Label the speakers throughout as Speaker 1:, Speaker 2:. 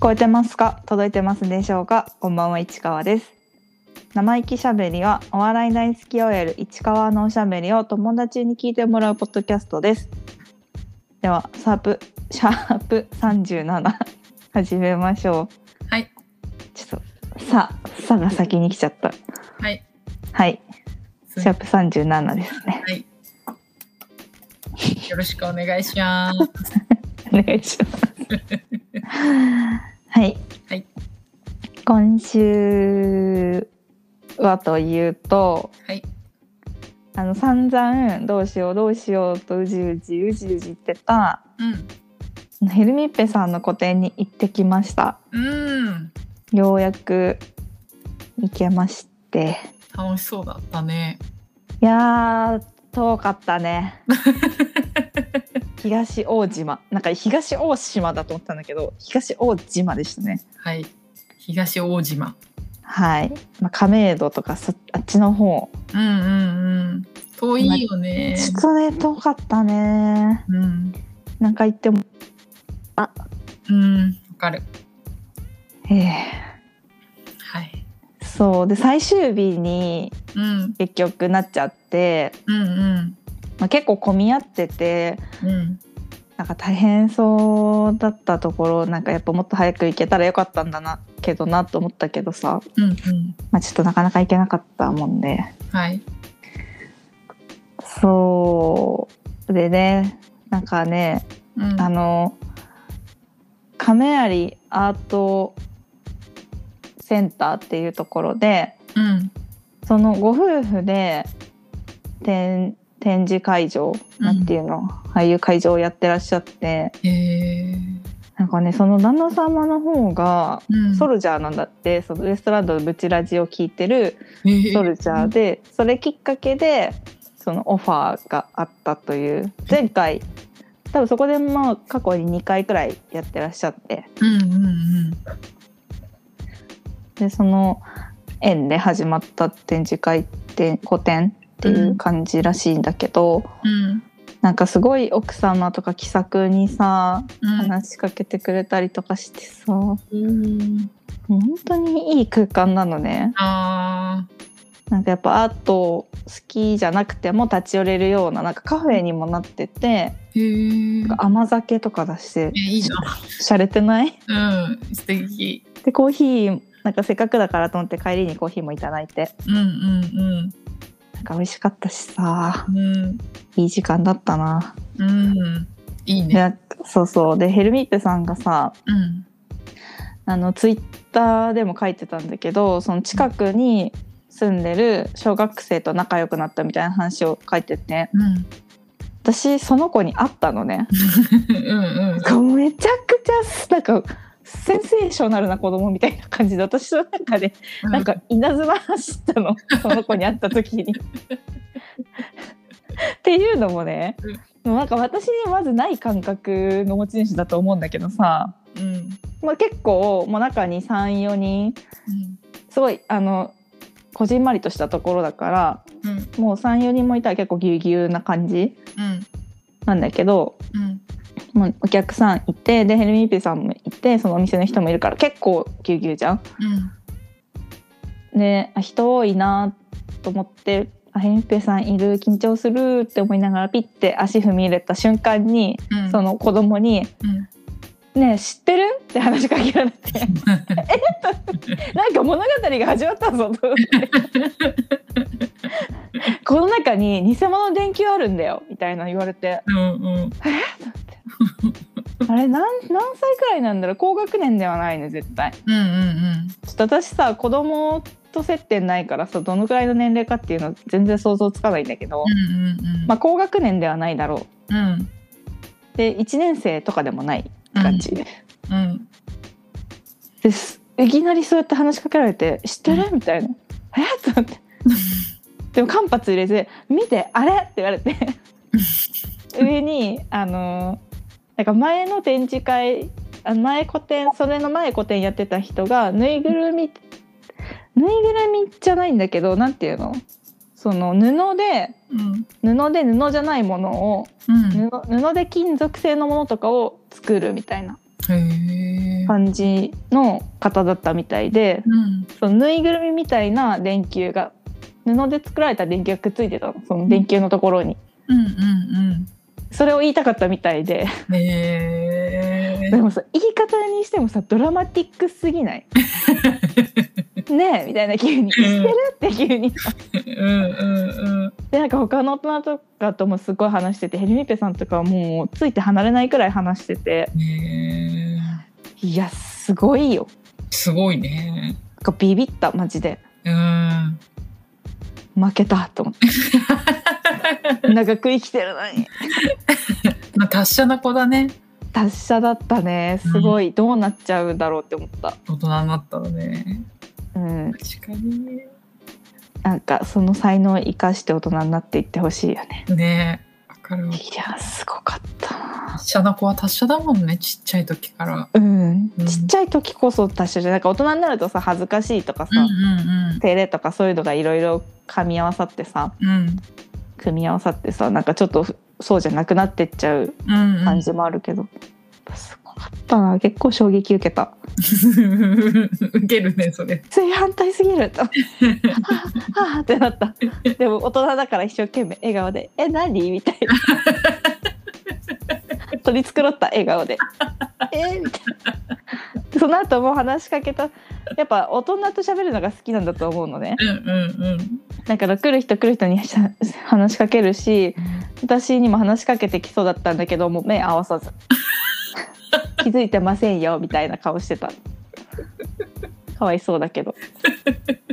Speaker 1: こえてますか届いてますでしょうかこんばんは市川です生意気しゃべりはお笑い大好き OL 市川のおしゃべりを友達に聞いてもらうポッドキャストですではサープシャープ37始めましょう
Speaker 2: はい
Speaker 1: ちょっとささが先に来ちゃった
Speaker 2: はい。
Speaker 1: はい
Speaker 2: す
Speaker 1: シャープ37ですね
Speaker 2: はい。よろしくお願いします。
Speaker 1: お願いしますはい
Speaker 2: はい
Speaker 1: 今週はというと
Speaker 2: はい。
Speaker 1: あの散々どうしようどうしようとうじうじうじうじ言ってた
Speaker 2: うん。
Speaker 1: ヘルミッペさんの個展に行ってきました
Speaker 2: うん。
Speaker 1: ようやく行けまして
Speaker 2: 楽しそうだったね。
Speaker 1: いやー遠かったね東大島なんか東大島だと思ったんだけど東大島でしたね
Speaker 2: はい。東大島。
Speaker 1: はい、まあ、亀戸とかそあっちの方
Speaker 2: うんうんうん。遠いよね。
Speaker 1: ちょっとね遠かったね
Speaker 2: うん。
Speaker 1: なんか行っても
Speaker 2: うん。わかる。
Speaker 1: ええ
Speaker 2: はい。
Speaker 1: そうで最終日に
Speaker 2: うん。
Speaker 1: 結局なっちゃって、
Speaker 2: うんうん。
Speaker 1: まあ、結構混み合ってて
Speaker 2: うん。
Speaker 1: なんか大変そうだったところなんかやっぱもっと早く行けたらよかったんだなけどなと思ったけどさ、
Speaker 2: うんうん。
Speaker 1: まあ、ちょっとなかなか行けなかったもんで
Speaker 2: はい。
Speaker 1: そうでねなんかね、
Speaker 2: うん。
Speaker 1: あの亀有アートセンターっていうところで
Speaker 2: うん。
Speaker 1: そのご夫婦で展展示会場なんていうの、ああいう会場をやってらっしゃって
Speaker 2: へえ。
Speaker 1: なんかねその旦那様の方が
Speaker 2: うん。
Speaker 1: ソルジャーなんだって、そのウエストランドのブチラジを聞いてる
Speaker 2: へえ
Speaker 1: ソルジャーで、それきっかけでそのオファーがあったという前回多分そこでまあ過去に2回くらいやってらっしゃって
Speaker 2: うんうんうん。
Speaker 1: でその縁で始まった展示会展個展っていう感じらしいんだけど。
Speaker 2: うん。
Speaker 1: なんかすごい奥様とか気さくにさ
Speaker 2: うん。
Speaker 1: 話しかけてくれたりとかしてさも
Speaker 2: うん。
Speaker 1: う本当にいい空間なのね
Speaker 2: あ
Speaker 1: なんかやっぱアート好きじゃなくても立ち寄れるようななんかカフェにもなってて
Speaker 2: ー。へ
Speaker 1: な
Speaker 2: え。
Speaker 1: んか甘酒とか出して
Speaker 2: え、いいじゃん。
Speaker 1: 洒落てない
Speaker 2: うん、素敵。
Speaker 1: でコーヒーなんかせっかくだからと思って帰りにコーヒーもいただいて
Speaker 2: うんうん
Speaker 1: なんか美味しかったしさ
Speaker 2: うん。うん
Speaker 1: いい時間だったな。
Speaker 2: うん。いい
Speaker 1: で
Speaker 2: ね。
Speaker 1: なんかそうそうでヘルミッペさんがさ
Speaker 2: うん。
Speaker 1: あのツイッターでも書いてたんだけどその近くに住んでる小学生と仲良くなったみたいな話を書いてて
Speaker 2: うん。
Speaker 1: 私その子に会ったのね
Speaker 2: うんうん。
Speaker 1: めちゃくちゃなんかセンセーショナルな子供みたいな感じで私の中でなんか稲妻走ったのその子に会った時 に。っていうのもねもうなんか私にまずない感覚の持ち主だと思うんだけどさ、
Speaker 2: うん。うん。
Speaker 1: まあ、結構もう中に34人すごいあのこじんまりとしたところだから
Speaker 2: うん。
Speaker 1: もう34人もいたら結構ぎゅうぎゅうな感じ
Speaker 2: うん。
Speaker 1: なんだけど
Speaker 2: うん。
Speaker 1: もうお客さんいてでヘルミーピーさんもいてそのお店の人もいるから結構ぎゅうぎゅうじゃん。
Speaker 2: うん。
Speaker 1: であ人多いなと思ってあヘルミーピーさんいる緊張するって思いながらピッて足踏み入れた瞬間に
Speaker 2: うん。
Speaker 1: その子供に
Speaker 2: うん。
Speaker 1: 「ねえ知ってる?」って話しかけられて なんか物語が始まったぞ と思ってこの中に偽物の電球あるんだよみたいな言われて
Speaker 2: うんうん。
Speaker 1: あれなん何歳くらいなんだろう高学年ではないね絶対
Speaker 2: うんうん
Speaker 1: ちょっと私さ子供と接点ないからさどのくらいの年齢かっていうの全然想像つかないんだけど、
Speaker 2: うん。うんうんうん。
Speaker 1: まあ高学年ではないだろ
Speaker 2: うん。
Speaker 1: うで1年生とかでもない感じ、
Speaker 2: うん。
Speaker 1: ですいきなりそうやって話しかけられて「知ってる?」みたいな「えっ?」と思 ってでも間髪入れず「見てあれ!」って言われ て上にあのなんか前の展示会あ前個展それの前個展やってた人がぬいぐるみぬいぐるみじゃないんだけどなんていうのその布で
Speaker 2: うん。
Speaker 1: 布で布じゃないものを
Speaker 2: うん。
Speaker 1: 布布で金属製のものとかを作るみたいな
Speaker 2: へへえ。
Speaker 1: 感じの方だったみたいで
Speaker 2: うん。
Speaker 1: そのぬいぐるみみたいな電球が布で作られた電球がくっついてたのその電球のところに。
Speaker 2: うんうん
Speaker 1: それを言いたかったみたいで
Speaker 2: うん。へえ
Speaker 1: で。もさ言い方にしてもさドラマティックすぎないねえみたいな急に「知ってる?」って急に
Speaker 2: うんうんうん。
Speaker 1: でなんか他の大人とかともすごい話しててヘルミペさんとかはもうついて離れないくらい話してて
Speaker 2: ね
Speaker 1: いやすごいよ
Speaker 2: えすごいね。
Speaker 1: なんかビビったマジで
Speaker 2: うん。
Speaker 1: 負けたと思って長く生きてるのに
Speaker 2: まあ達者な子だね。
Speaker 1: 達者だったねすごいどうなっちゃうんだろうって思った
Speaker 2: 大人になったらね。
Speaker 1: うん
Speaker 2: 確かにね。
Speaker 1: なんかその才能を生かして大人になっていってほしいよね
Speaker 2: ねえ。わかるわ。
Speaker 1: いやすごかったな
Speaker 2: 達者な子は達者だもんね。ちっちゃい時から。
Speaker 1: うん
Speaker 2: うん
Speaker 1: ちっちゃい時こそ達者じゃんなんか大人になるとさ恥ずかしいとかさ、
Speaker 2: うん
Speaker 1: 照れとかそういうのがいろいろ噛み合わさってさ、
Speaker 2: うんうん。
Speaker 1: 組み合わさってさなんかちょっとそうじゃなくなってっちゃう
Speaker 2: うんうん。
Speaker 1: 感じもあるけど、やっぱすごかったな結構衝撃受けた
Speaker 2: 受けるねそれ。
Speaker 1: 正反対すぎるとはあはあってなったでも大人だから一生懸命笑顔で「え何?」みたいな取り繕った笑顔で「えみたいなでその後もう話しかけたやっぱ大人と喋るのが好きなんだと思うのね
Speaker 2: うんうん
Speaker 1: だから来る人来る人に話しかけるし私にも話しかけてきそうだったんだけどもう目合わさず気づいてませんよみたいな顔してたかわいそうだけど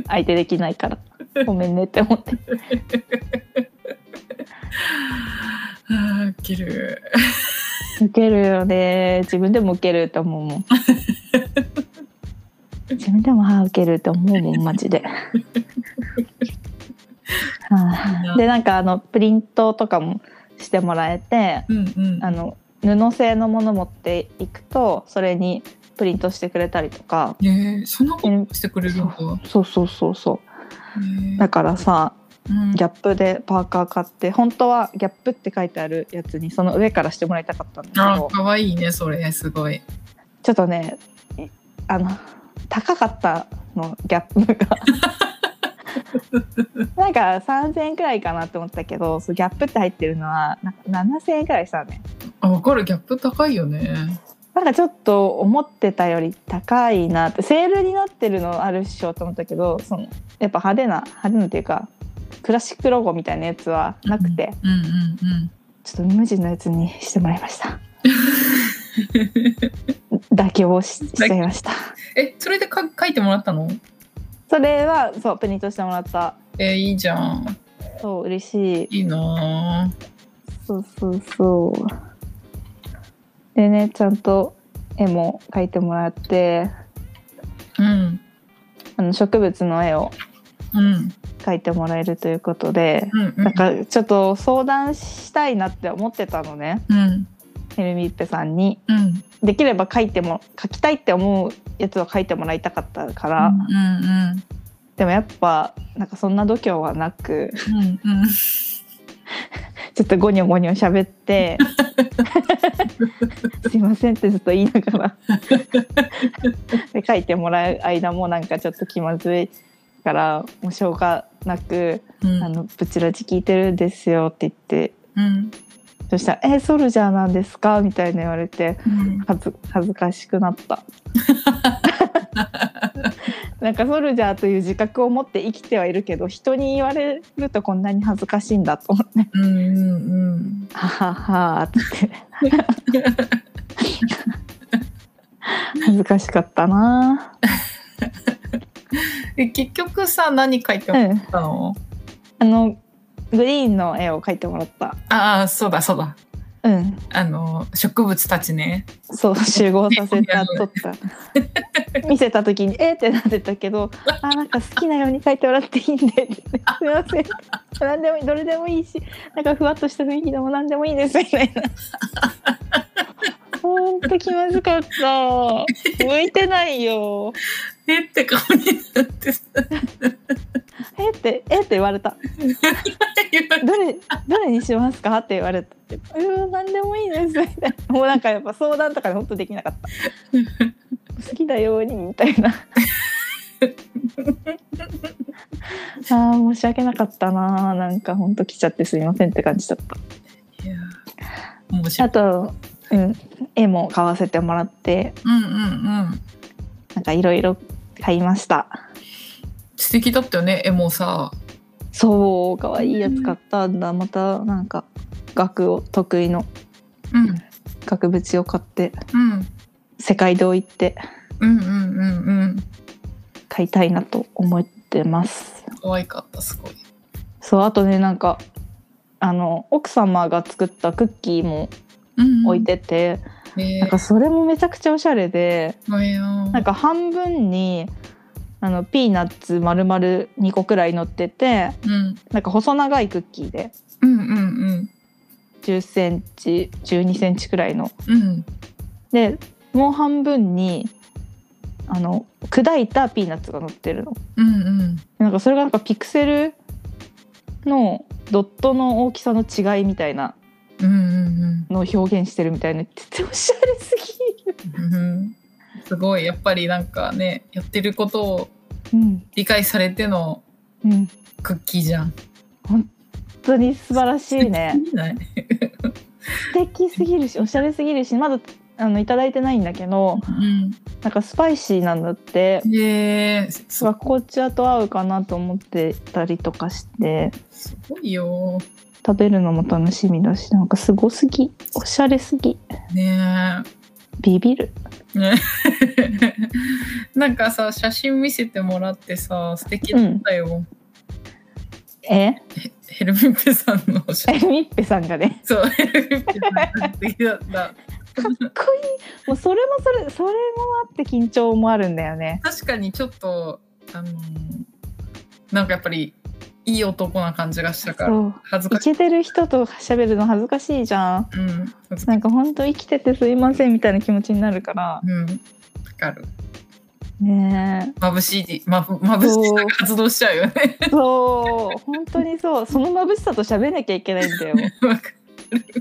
Speaker 1: 相手できないからごめんねって思って
Speaker 2: うん。ああ受ける。
Speaker 1: 受けるよね自分でも受けるって思うもん自分でも歯受けるって思うもんマジではあでなんかあのプリントとかもしてもらえて
Speaker 2: うんうん。
Speaker 1: あの布製のもの持っていくとそれにプリントしてくれたりとか
Speaker 2: ねえそんなことしてくれるんだ。
Speaker 1: そうそうそうそうだ
Speaker 2: ね
Speaker 1: からさ
Speaker 2: えうん
Speaker 1: ギャップでパーカー買って本当はギャップって書いてあるやつにその上からしてもらいたかったんだけ
Speaker 2: あ
Speaker 1: ど
Speaker 2: 可愛いねそれすごい。
Speaker 1: ちょっとねいあの高かったのギャップが なんか3,000円くらいかなって思ったけどそうギャップって入ってるのはなんか7,000円くらいしたのね
Speaker 2: あわかるギャップ高いよね。
Speaker 1: なんかちょっと思ってたより高いなってセールになってるのあるっしょと思ったけどそのやっぱ派手な派手なっていうかクラシックロゴみたいなやつはなくて、
Speaker 2: うんうん
Speaker 1: ちょっと無地のやつにしてもらいました 妥協をししちゃいました
Speaker 2: えそれでか書いてもらったの？
Speaker 1: それはそうプリントしてもらった
Speaker 2: えいいじゃん。
Speaker 1: そう嬉しい
Speaker 2: いいな
Speaker 1: そうそうそうでねちゃんと絵も描いてもらって
Speaker 2: あ。うん
Speaker 1: あの植物の絵を
Speaker 2: うん
Speaker 1: 描いてもらえるということで
Speaker 2: うんう
Speaker 1: なん
Speaker 2: ん
Speaker 1: かちょっと相談したいなって思ってたのね
Speaker 2: うん
Speaker 1: ヘルミッペさんに
Speaker 2: うん。
Speaker 1: できれば書いても書きたいって思うやつを書いてもらいたかったから、
Speaker 2: うんうん
Speaker 1: でもやっぱなんかそんな度胸はなく
Speaker 2: うんうん。
Speaker 1: ちょっとゴニョゴニョ喋って すいませんってずっと言いながらで書いてもらう間もなんかちょっと気まずいからもうしょうがなく
Speaker 2: う
Speaker 1: 「
Speaker 2: ん
Speaker 1: あのブチラジ聞いてるんですよ」って言って
Speaker 2: うん
Speaker 1: そしたら「えソルジャーなんですか?」みたいな言われて
Speaker 2: うん
Speaker 1: 恥ず恥ずかしくなった なんかソルジャーという自覚を持って生きてはいるけど人に言われるとこんなに恥ずかしいんだと思って
Speaker 2: うんうん
Speaker 1: 「ははは」っつって 恥ずかしかったな
Speaker 2: え結局さ何書いて
Speaker 1: う
Speaker 2: もらっ
Speaker 1: ん
Speaker 2: たの、
Speaker 1: あのグリーンの絵を描いてもらった
Speaker 2: ああそうだそうだ
Speaker 1: うん
Speaker 2: あの植物たちね
Speaker 1: そう集合させた撮った見せた時に「えっ?」ってなってたけど「あなんか好きなように書いてもらっていいんで」って「すいません何でもいいどれでもいいしなんかふわっとした雰囲気でも何でもいいです」みたいな。ほんと気まずかった向いてないよ
Speaker 2: えって顔になってさ
Speaker 1: えってえって言われたどれどれにしますかって言われたうん何でもいいですみたいなもうなんかやっぱ相談とかで本当できなかった好きだようにみたいなあー申し訳なかったななんか本当来ちゃってすいませんって感じだった
Speaker 2: いや面白
Speaker 1: あ
Speaker 2: い。
Speaker 1: と、うん、絵も買わせてもらって
Speaker 2: うんうんうん。
Speaker 1: なんかいろいろ買いました
Speaker 2: 素敵だったよね、絵もさ。
Speaker 1: そう可愛いやつ買ったんだまたなんか学を得意の
Speaker 2: うん
Speaker 1: 額縁を買って
Speaker 2: うん
Speaker 1: 世界堂行って
Speaker 2: うんうんうんうん。
Speaker 1: 買いたいなと思ってます
Speaker 2: 可愛かった、すごい。
Speaker 1: そうあとねなんかあの奥様が作ったクッキーも
Speaker 2: うん
Speaker 1: 置い。てて、
Speaker 2: ねえ
Speaker 1: なんかそれもめちゃくちゃおしゃれで
Speaker 2: ごめんよ。
Speaker 1: なんか半分にあのピーナッツ丸々2個くらい乗ってて
Speaker 2: うん
Speaker 1: なんか細長いクッキーで
Speaker 2: うんうん
Speaker 1: 1 0ンチ1 2ンチくらいの
Speaker 2: うんうん
Speaker 1: でもう半分にあの砕いたピーナッツが乗ってるの。
Speaker 2: うんうん。
Speaker 1: なんかそれがなんかピクセルのドットの大きさの違いみたいな
Speaker 2: うんうん
Speaker 1: のを表現してるみたいなってておしゃれすぎ
Speaker 2: うんうん。すごい、やっぱりなんかね、やってることを
Speaker 1: うん
Speaker 2: 理解されての
Speaker 1: うん
Speaker 2: クッキーじゃん。
Speaker 1: 本当に素晴らしいね。
Speaker 2: いいね。
Speaker 1: 素敵すぎるしおしゃれすぎるしまだあのいただいてないんだけど
Speaker 2: うん。
Speaker 1: なんかスパイシーなんだって
Speaker 2: ねえ、す
Speaker 1: そう紅茶と合うかなと思ってたりとかして
Speaker 2: すごいよ。
Speaker 1: 食べるのも楽しみだしなんかすごすぎおしゃれすぎ
Speaker 2: ね
Speaker 1: ビビる
Speaker 2: え。ね なんかさ写真見せてもらってさ素敵だったよ、
Speaker 1: え
Speaker 2: ヘルミッペさんの写真
Speaker 1: えみっぺさんがね
Speaker 2: そうヘルミッペさんの素敵だった
Speaker 1: かっこいいもうそれもそれそれもあって緊張もあるんだよね
Speaker 2: 確かにちょっとあのーなんかやっぱりいい男な感じがしたから
Speaker 1: そう
Speaker 2: 恥ず
Speaker 1: イ
Speaker 2: かしい
Speaker 1: ケてる人と喋るの恥ずかしいじゃん
Speaker 2: うん恥ずか
Speaker 1: なんかほんと生きててすいませんみたいな気持ちになるから
Speaker 2: うんわかる
Speaker 1: ね
Speaker 2: 眩しいまぶ眩しさが発動しちゃうよね
Speaker 1: えそう本当にそうその眩しさと喋んなきゃいけないん だよ
Speaker 2: わかる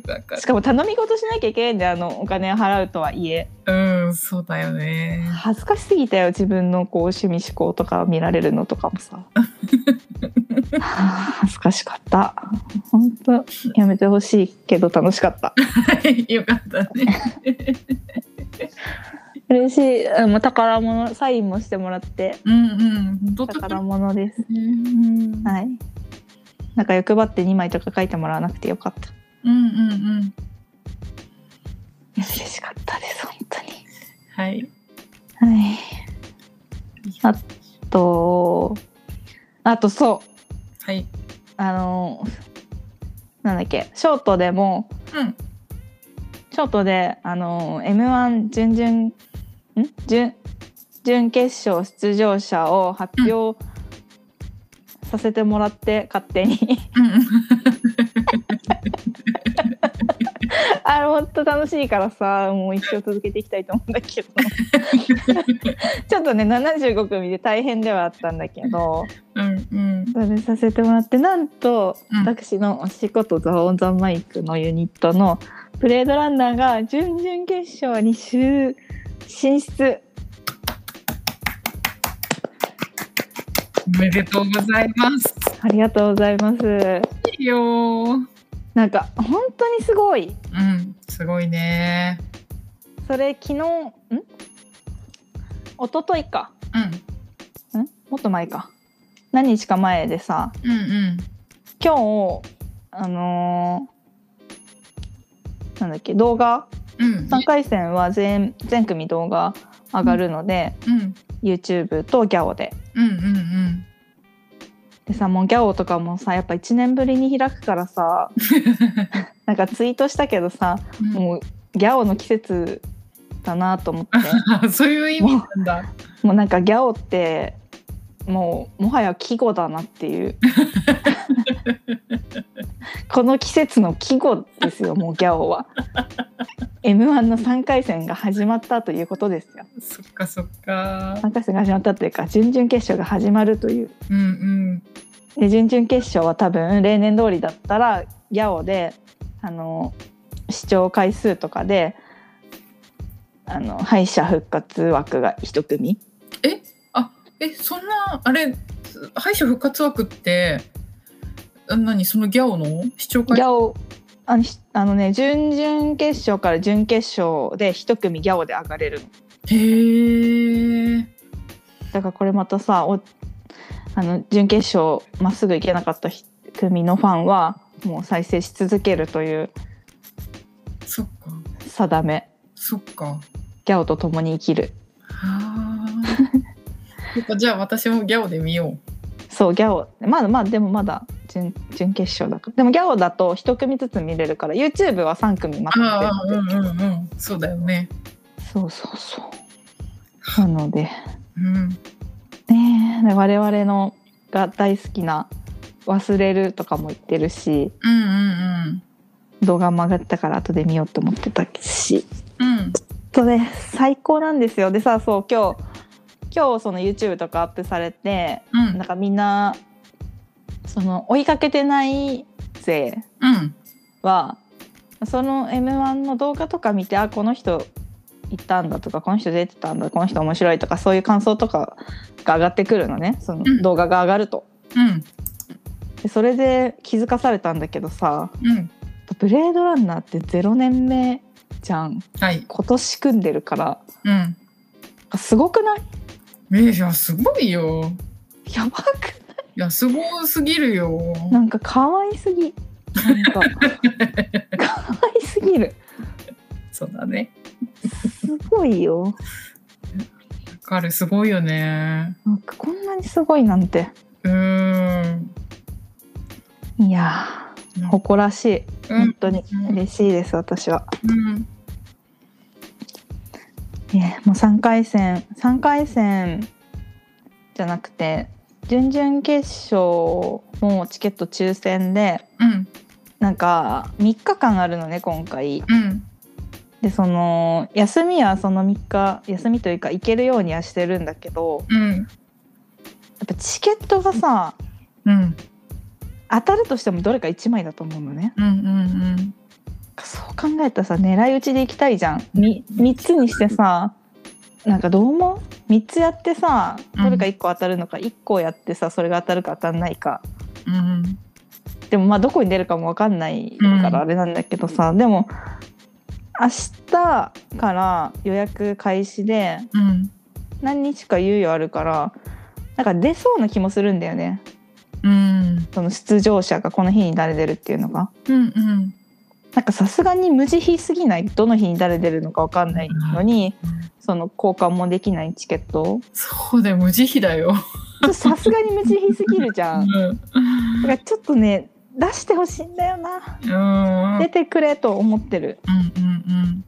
Speaker 2: わか
Speaker 1: しかも頼み事しなきゃいけないんだよあのお金を払うとはいえ
Speaker 2: るうんそうだよね
Speaker 1: 恥ずかしすぎたよ自分のこう趣味思考とか見られるのとかも さはあ恥ずかしかった本当やめてほしいけど楽しかった
Speaker 2: はいよかったね
Speaker 1: 嬉しいあの宝物サインもしてもらって
Speaker 2: うんうん本当だ
Speaker 1: 宝物です
Speaker 2: うん
Speaker 1: はいなんか欲張って2枚とか書いてもらわなくてよかった
Speaker 2: うんうん
Speaker 1: 嬉しかったです本
Speaker 2: はい
Speaker 1: 当にはいあとあとそう
Speaker 2: はい
Speaker 1: あのなんだっけショートでも
Speaker 2: うん
Speaker 1: ショートであの M1 準々ん準準決勝出場者を発表させてもらって、勝手にあれほんと楽しいからさもう一生続けていきたいと思うんだ けどちょっとね75組で大変ではあったんだけど
Speaker 2: うんうん
Speaker 1: それさせてもらってなんと、
Speaker 2: うん
Speaker 1: 私のお仕事ザ・オン・ザ・マイクのユニットのブレードランナーが準々決勝に進出
Speaker 2: おめでとうございます
Speaker 1: ありがとうございます
Speaker 2: いいよー
Speaker 1: なんか本当にすごい
Speaker 2: うん、すごいね。
Speaker 1: それ昨日ん一昨日か
Speaker 2: うん、
Speaker 1: んもっと前か何日か前でさ
Speaker 2: うん、
Speaker 1: 今日あのーなんだっけ動画
Speaker 2: うん、うん、
Speaker 1: 3回戦は全全組動画上がるので、
Speaker 2: うん、
Speaker 1: YouTube とギャオで。
Speaker 2: うん、うん、
Speaker 1: でさもうギャオとかもさやっぱ1年ぶりに開くからさなんかツイートしたけどさ、
Speaker 2: うん、
Speaker 1: もうギャオの季節だなと思って
Speaker 2: あ、そういう意味なんだ。
Speaker 1: もうなんかギャオってもうもはや季語だなっていうこの季節の季語ですよもうギャオは m 1の3回戦が始まったということですよ
Speaker 2: そっか、そっか。
Speaker 1: 3回戦が始まったというか準々決勝が始まるという
Speaker 2: うん、うん、
Speaker 1: で準々決勝は多分例年通りだったらヤオであの視聴回数とかであの敗者復活枠が一組
Speaker 2: えそんなあれ敗者復活枠ってあ何そのギャオの視聴会
Speaker 1: ギャオあのひあのね準々決勝から準決勝で一組ギャオで上がれるの
Speaker 2: へえ
Speaker 1: だからこれまたさおあの準決勝まっすぐ行けなかったひ組のファンはもう再生し続けるという
Speaker 2: そっか
Speaker 1: 定め
Speaker 2: そっか
Speaker 1: ギャオと共に生きる
Speaker 2: はあじゃあ私もギャオで見よ
Speaker 1: そうギャオまだまあでもまだ準準決勝だからでもギャオだと一組ずつ見れるから YouTube は3組ま
Speaker 2: う
Speaker 1: とめて
Speaker 2: ああうんうんうんそうだよね
Speaker 1: そうそうそうなので
Speaker 2: うん
Speaker 1: ねえ我々のが大好きな「忘れる」とかも言ってるし
Speaker 2: うんうん
Speaker 1: 動画曲がったから後で見ようと思ってたし
Speaker 2: うんうん
Speaker 1: とね最高なんですよでさそう今日今日その YouTube とかアップされて
Speaker 2: うん
Speaker 1: なんかみんなその追いかけてない勢
Speaker 2: うん
Speaker 1: はその m 1の動画とか見てあこの人行ったんだとかこの人出てたんだこの人面白いとかそういう感想とかが上がってくるのねその
Speaker 2: うん
Speaker 1: 動画が上がると。
Speaker 2: うん
Speaker 1: でそれで気づかされたんだけどさ
Speaker 2: うん
Speaker 1: 「ブレードランナー」って0年目じゃん
Speaker 2: はい
Speaker 1: 今年組んでるから
Speaker 2: うん
Speaker 1: すごくない
Speaker 2: えいやすごいよ
Speaker 1: やばく
Speaker 2: いやすごすぎるよ
Speaker 1: なんか可愛すぎなんか可愛すぎる
Speaker 2: そうだね
Speaker 1: すごいよ
Speaker 2: わかるすごいよね
Speaker 1: なんかこんなにすごいなんて
Speaker 2: うーん
Speaker 1: いやー誇らしい
Speaker 2: うん
Speaker 1: 本当に
Speaker 2: うん
Speaker 1: 嬉しいです私は、
Speaker 2: うん
Speaker 1: ねもう3回戦3回戦じゃなくて準々決勝もチケット抽選で
Speaker 2: うん
Speaker 1: なんか3日間あるのね今回
Speaker 2: うん
Speaker 1: でその休みはその3日休みというか行けるようにはしてるんだけど
Speaker 2: うん
Speaker 1: やっぱチケットがさ
Speaker 2: うん
Speaker 1: 当たるとしてもどれか1枚だと思うのね
Speaker 2: うんうん
Speaker 1: そう考えたらさ狙い撃ちで行きたいじゃん 3, つにしてさなんかどう思う ?3 つやってさどれか1個当たるのか1個やってさそれが当たるか当たんないか
Speaker 2: うん
Speaker 1: でもまあどこに出るかも分かんないから
Speaker 2: うん
Speaker 1: あれなんだけどさ、でも明日から予約開始で
Speaker 2: うん
Speaker 1: 何日か猶予あるからなんか出そうな気もするんだよね
Speaker 2: うん
Speaker 1: その出場者がこの日に誰出るっていうのが。
Speaker 2: うんうん
Speaker 1: なんかさすがに無慈悲すぎないどの日に誰出るのか分かんないのにその交換もできないチケットを
Speaker 2: そうだよ無慈悲だ
Speaker 1: ち
Speaker 2: よ
Speaker 1: ょっとさすがに無慈悲すぎるじゃ。
Speaker 2: うんん
Speaker 1: だからちょっとね出してほしいんだよな
Speaker 2: うん
Speaker 1: 出てくれと思ってる
Speaker 2: うんうん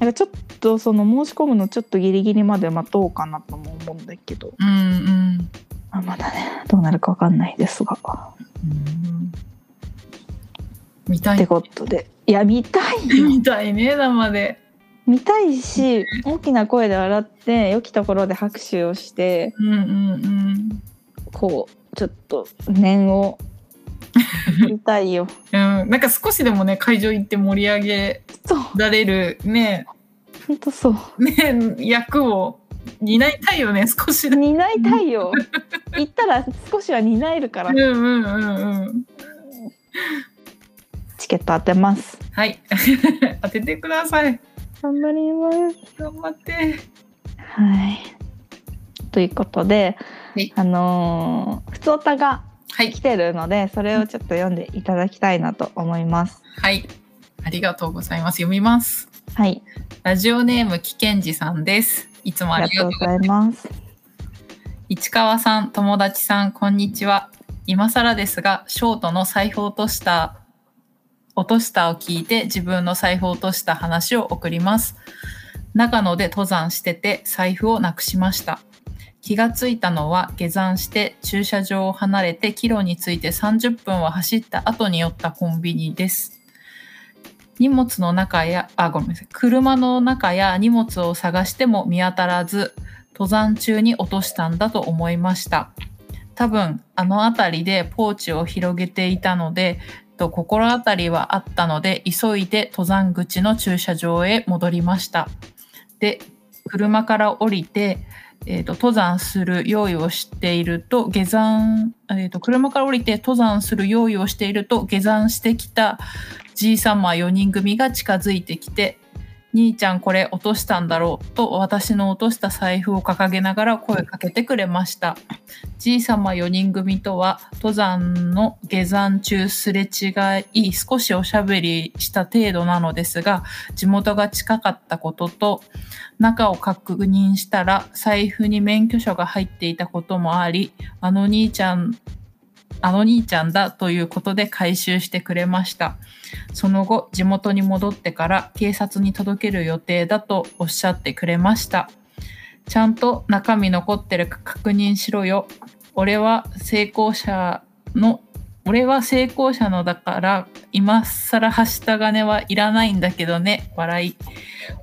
Speaker 1: なんかちょっとその申し込むのちょっとギリギリまで待とうかなとも思うんだけど、
Speaker 2: うんうん
Speaker 1: まあ、まだねどうなるかわかんないですが。
Speaker 2: うん見た
Speaker 1: って
Speaker 2: い
Speaker 1: ことでいや見たいよ
Speaker 2: 見たいね生で
Speaker 1: 見たいし大きな声で笑って良きところで拍手をして
Speaker 2: うんうん
Speaker 1: こうちょっと念を見たいよ。
Speaker 2: うんうんなんか少しでもね会場行って盛り上げ
Speaker 1: そう
Speaker 2: られるね
Speaker 1: 本当そう
Speaker 2: ね役を担いたいよね少しでも。
Speaker 1: 担いたいよ行ったら少しは担えるから
Speaker 2: うんうんうんうん。
Speaker 1: チケット当てます
Speaker 2: はい。 当ててください。
Speaker 1: 頑張ります
Speaker 2: 頑張って。
Speaker 1: はいということで、
Speaker 2: はい
Speaker 1: あのー、普通歌が
Speaker 2: はい
Speaker 1: 来。てるのでそれをちょっと読んでいただきたいなと思います
Speaker 2: はい。ありがとうございます。読みます。
Speaker 1: はい
Speaker 2: ラジオネームきけんじさんです。いつも
Speaker 1: あ
Speaker 2: あ
Speaker 1: り
Speaker 2: りが
Speaker 1: が
Speaker 2: と
Speaker 1: と
Speaker 2: う
Speaker 1: うご
Speaker 2: ございます。
Speaker 1: ざいます
Speaker 2: 市川さん、友達さん、こんにちは。今更ですが、ショートの財布落とした、落としたを聞いて自分の財布落とした話を送ります。長野で登山してて財布をなくしました。気がついたのは下山して駐車場を離れて帰路について30分は走った後に寄ったコンビニです。荷物の中や、あ、ごめんなさい。車の中や荷物を探しても見当たらず、登山中に落としたんだと思いました。多分あの辺りでポーチを広げていたのでと心当たりはあったので急いで登山口の駐車場へ戻りましたで車から降りて、えーと登山する用意をしていると下山、えーと車から降りて登山する用意をしていると下山してきたじいさま4人組が近づいてきて「兄ちゃんこれ落としたんだろう」と私の落とした財布を掲げながら声かけてくれました。じいさま4人組とは登山の下山中すれ違い少しおしゃべりした程度なのですが地元が近かったことと中を確認したら財布に免許証が入っていたこともありあの兄ちゃんあの兄ちゃんだということで回収してくれましたその後地元に戻ってから警察に届ける予定だとおっしゃってくれましたちゃんと中身残ってるか確認しろよ俺は成功者の俺は成功者のだから今更はした金はいらないんだけどね笑い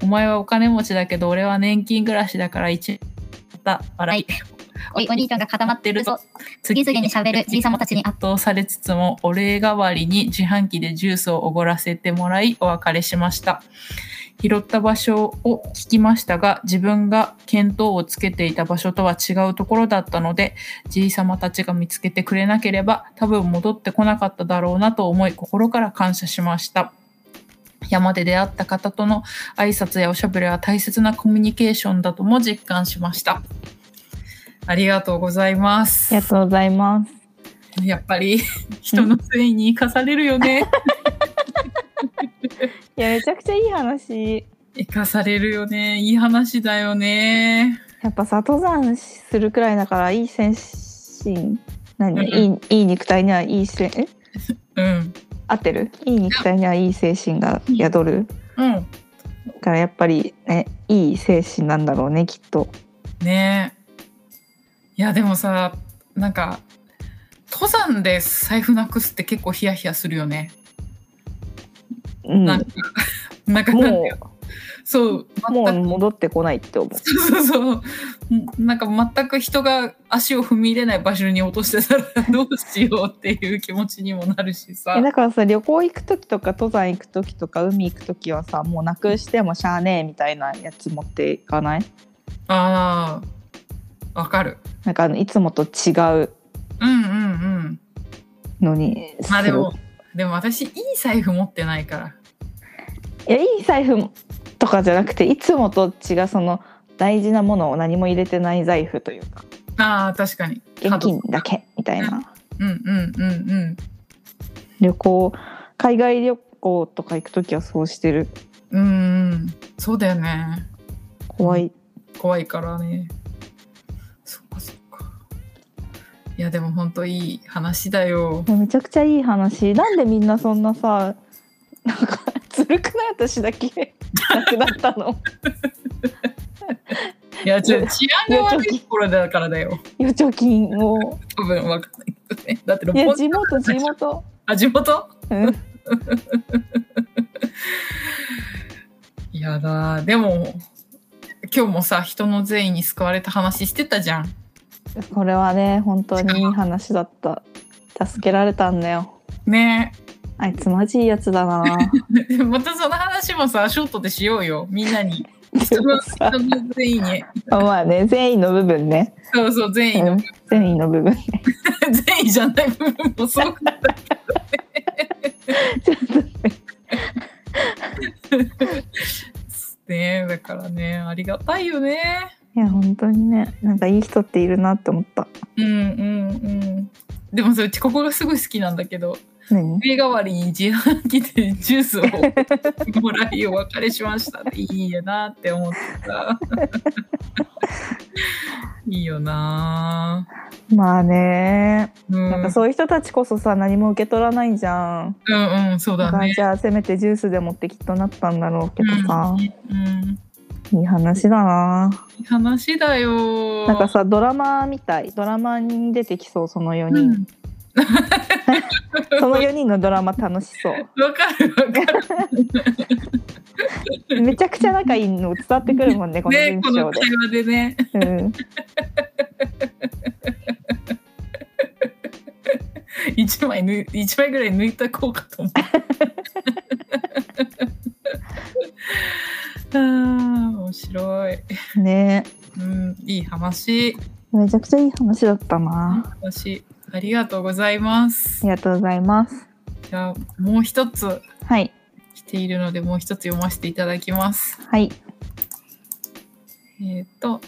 Speaker 2: お前はお金持ちだけど俺は年金暮らしだから一だ笑い、
Speaker 3: おいお兄ちゃんが固まってるぞ。次々に喋るじいさまたちに
Speaker 2: 圧
Speaker 3: 圧
Speaker 2: 倒されつつもお礼代わりに自販機でジュースをおごらせてもらいお別れしました拾った場所を聞きましたが自分が見当をつけていた場所とは違うところだったのでじいさまたちが見つけてくれなければ多分戻ってこなかっただろうなと思い心から感謝しました山で出会った方との挨拶やおしゃべりは大切なコミュニケーションだとも実感しましたありがとうございます
Speaker 1: りがとうございます。
Speaker 2: やっぱり人のせいに生かされるよ ね。
Speaker 1: いやめちゃくちゃいい話。
Speaker 2: 生かされるよね。いい話だよね。
Speaker 1: やっぱさ登山するくらいだからいい精神何、
Speaker 2: うん
Speaker 1: いいいい肉体にはいいせえ
Speaker 2: うん。
Speaker 1: 合ってるいい肉体にはいい精神が宿る
Speaker 2: うん。
Speaker 1: だからやっぱりねいい精神なんだろうねきっと。
Speaker 2: ねいや、でもさ、なんか、登山で財布なくすって結構ヒヤヒヤするよね。
Speaker 1: うん、
Speaker 2: なんか、 なんかなん
Speaker 1: も
Speaker 2: かそう、
Speaker 1: うもう
Speaker 2: 全く、
Speaker 1: 戻ってこないって思う。
Speaker 2: そうそうそう。なんか全く人が足を踏み入れない場所に落としてたら どうしようっていう気持ちにもなるしさ
Speaker 1: え。だからさ旅行行く時とか登山行く時とか海行く時はさもうなくしてもしゃあねえみたいなやつ持っていかない
Speaker 2: ああ、わかる。
Speaker 1: なんかあのいつもと違う
Speaker 2: うんうんうん。
Speaker 1: のに
Speaker 2: まあですも、でも私、いい財布持ってないから。
Speaker 1: るいやいい財布とかじゃなくていつもと違うその大事なものを何も入れてない財布というか
Speaker 2: ああ、確かに。
Speaker 1: 現金だけみたいな
Speaker 2: うんうんうんうん。
Speaker 1: 旅行海外旅行とか行く時はそうしてる
Speaker 2: うんうん。そうだよね。
Speaker 1: 怖い
Speaker 2: 怖いからね。そっかそっか。いや、でも本当いい話だよ
Speaker 1: い。やめちゃくちゃいい話なんでみんなそんなさなんかずるくない私だけ なくなったの
Speaker 2: いや、ちょ治安が悪いところだからだよ。
Speaker 1: 預貯金を
Speaker 2: 多分わかんないけどね。だって
Speaker 1: い
Speaker 2: 六
Speaker 1: や
Speaker 2: 本木
Speaker 1: 地元地元
Speaker 2: あ、地元
Speaker 1: うん
Speaker 2: いやだー。でも、今日もさ、人の善意に救われた話してたじゃん。
Speaker 1: これはね本当にいい話だった助けられたんだよ
Speaker 2: ね
Speaker 1: あいつマジいいやつだな
Speaker 2: え。またその話もさ、ショートでしようよ。みんなに。
Speaker 1: でもさ
Speaker 2: 人の善意に。
Speaker 1: まあね善意の部分ね、
Speaker 2: そうそう、善意
Speaker 1: う
Speaker 2: の。
Speaker 1: ん、善意の部分
Speaker 2: 善意じゃない部分もすごく。
Speaker 1: ちょっとね
Speaker 2: ねだからね、ありがたいよね。
Speaker 1: いや本当にねなんかいい人っているなって思った
Speaker 2: うんうんうん。でもそれうちここがすごい好きなんだけど、
Speaker 1: 何
Speaker 2: 目代わりに自販機でジュースをもらいお別れしましたっていいやなって 思った。いいよな
Speaker 1: まあね
Speaker 2: うん。
Speaker 1: なんかそういう人たちこそさ何も受け取らないじゃん
Speaker 2: うんうん、そう
Speaker 1: だ
Speaker 2: だ
Speaker 1: から
Speaker 2: ね。
Speaker 1: じゃあせめてジュースでもってきっとなったんだろうけどさ、
Speaker 2: うん。
Speaker 1: いい話だない
Speaker 2: い話だよ。
Speaker 1: なんかさドラマみたいドラマに出てきそうその4人、
Speaker 2: うん
Speaker 1: その4人のドラマ楽しそう
Speaker 2: わかるわか る。
Speaker 1: めちゃくちゃ仲いいの伝わってくるもんねこの
Speaker 2: ね
Speaker 1: 文
Speaker 2: こ
Speaker 1: 章
Speaker 2: の
Speaker 1: で
Speaker 2: 会話でね。
Speaker 1: うん
Speaker 2: 一枚ぬ一枚ぐらい抜いとこう かと思う。あー面白い。
Speaker 1: ね
Speaker 2: うん、いい話。
Speaker 1: めちゃくちゃいい話だったな。
Speaker 2: 話ありがとうございます
Speaker 1: あり。がとうございます。
Speaker 2: じゃあもう一つ
Speaker 1: はい。
Speaker 2: 来ているのでもう一つ読ませていただきます。
Speaker 1: はい。
Speaker 2: えっ、と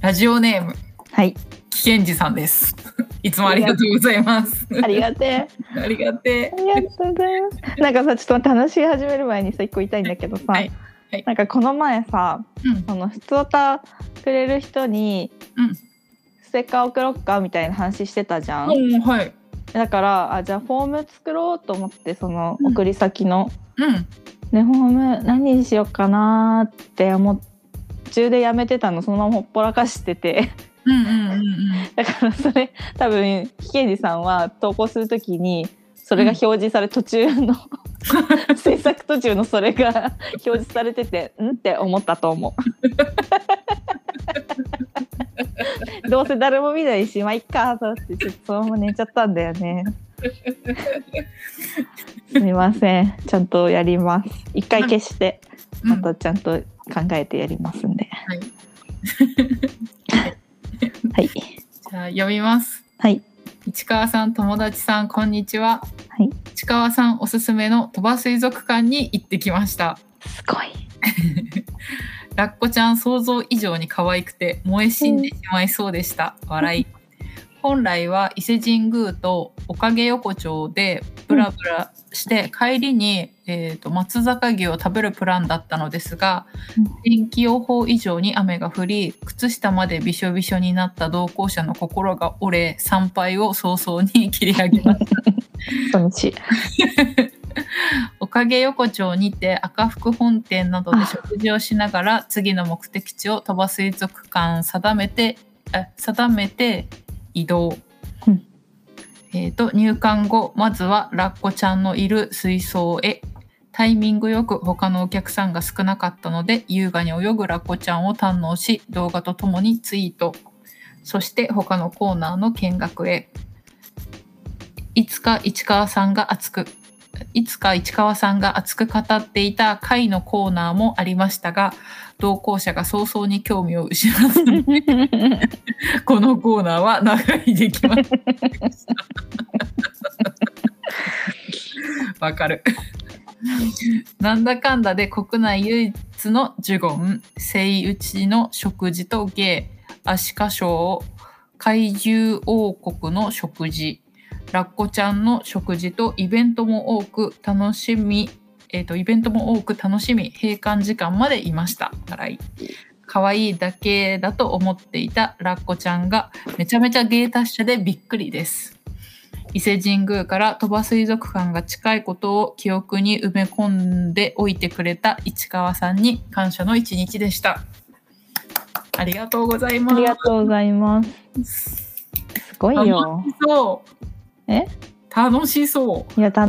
Speaker 2: ラジオネーム
Speaker 1: はい。
Speaker 2: 危険児さんです。いつもありがとうございます。
Speaker 1: ありがてえ。
Speaker 2: ありがて
Speaker 1: ありがとうございます。 なんかさ、ちょっと待って話し始める前にさ、一個言いたいんだけどさ、
Speaker 2: はいはい
Speaker 1: なんかこの前さ、
Speaker 2: え。うん
Speaker 1: その普通歌くれる人に、
Speaker 2: うん
Speaker 1: ステッカー送ろっかみたいな話してたじゃん。
Speaker 2: おー。はい。
Speaker 1: だからあじゃあフォーム作ろうと思ってその
Speaker 2: うん
Speaker 1: 送り先の、
Speaker 2: うん。
Speaker 1: ねフォーム何にしようかなーって思っ途中でやめてたのそのままほっぽらかしてて
Speaker 2: うんうんうんうん。
Speaker 1: だからそれ多分ひけんじさんは投稿するときにそれが表示され途中 の制作途中のそれが表示されててんって思ったと思 うどうせ誰も見ないしまあいっかと思ってちょっとそのまま寝ちゃったんだよねすみませんちゃんとやります一回消して
Speaker 2: う
Speaker 1: ま
Speaker 2: ん
Speaker 1: たちゃんと考えてやりますんで
Speaker 2: はい
Speaker 1: はい
Speaker 2: じゃあ読みます。
Speaker 1: はい
Speaker 2: 市川さん、友達さん、こんにちは。
Speaker 1: はい
Speaker 2: 市川さんおすすめの鳥羽水族館に行ってきました。
Speaker 1: すごい
Speaker 2: ラッコちゃん想像以上に可愛くて燃え死んでしまいそうでした。笑い。本来は伊勢神宮とおかげ横丁でブラブラして帰りに、えー、と松坂牛を食べるプランだったのですが、
Speaker 1: うん
Speaker 2: 天気予報以上に雨が降り靴下までびしょびしょになった同行者の心が折れ参拝を早々に切り上げました
Speaker 1: 楽 しい
Speaker 2: おかげ横丁にて赤福本店などで食事をしながら次の目的地を鳥羽水族館定めてあ定めて移動、
Speaker 1: うん
Speaker 2: えーと入館後まずはラッコちゃんのいる水槽へタイミングよく他のお客さんが少なかったので優雅に泳ぐラッコちゃんを堪能し動画とともにツイートそして他のコーナーの見学へいつか市川さんが熱くいつか市川さんが熱く語っていた会のコーナーもありましたが同行者が早々に興味を失わずにこのコーナーは長いできませんでした。わかる。なんだかんだで国内唯一のジュゴン、セイウチの食事と芸、アシカショウ、怪獣王国の食事、ラッコちゃんの食事とイベントも多く楽しみ、えー、とイベントも多く楽しみ閉館時間までいました笑い可愛いだけだと思っていたラッコちゃんがめちゃめちゃ芸達者でびっくりです伊勢神宮から鳥羽水族館が近いことを記憶に埋め込んでおいてくれた市川さんに感謝の一日でしたありがとうござ
Speaker 1: あ
Speaker 2: い
Speaker 1: りが
Speaker 2: ま
Speaker 1: とうございます
Speaker 2: す
Speaker 1: すごいよ
Speaker 2: そう
Speaker 1: え
Speaker 2: 楽しそう
Speaker 1: いやた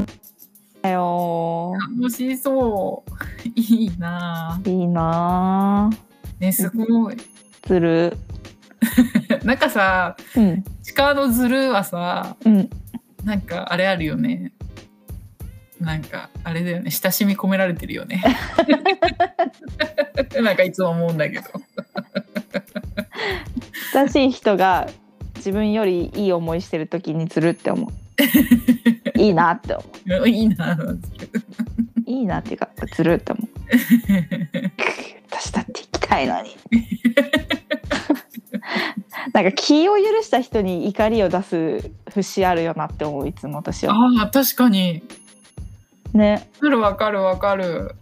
Speaker 1: だよ
Speaker 2: 楽しそう。 いいなあ
Speaker 1: いいなあ
Speaker 2: ね、すごい。
Speaker 1: ずる
Speaker 2: なんかさ、
Speaker 1: うん
Speaker 2: 地下のズルはさ、
Speaker 1: うん
Speaker 2: なんかあれあるよね。なんかあれだよね。親しみ込められてるよね。 なんかいつも思うんだけど。
Speaker 1: 親しい人が自分よりいい思いしてる時にずるって思ういいなって思
Speaker 2: いいなあなんですけど。
Speaker 1: ういいなっていうかずるって思う私だって行きたいの になんか気を許した人に怒りを出す節あるよなって思ういつも私は
Speaker 2: ああ、確かに。
Speaker 1: ね
Speaker 2: わかるわかるわかる。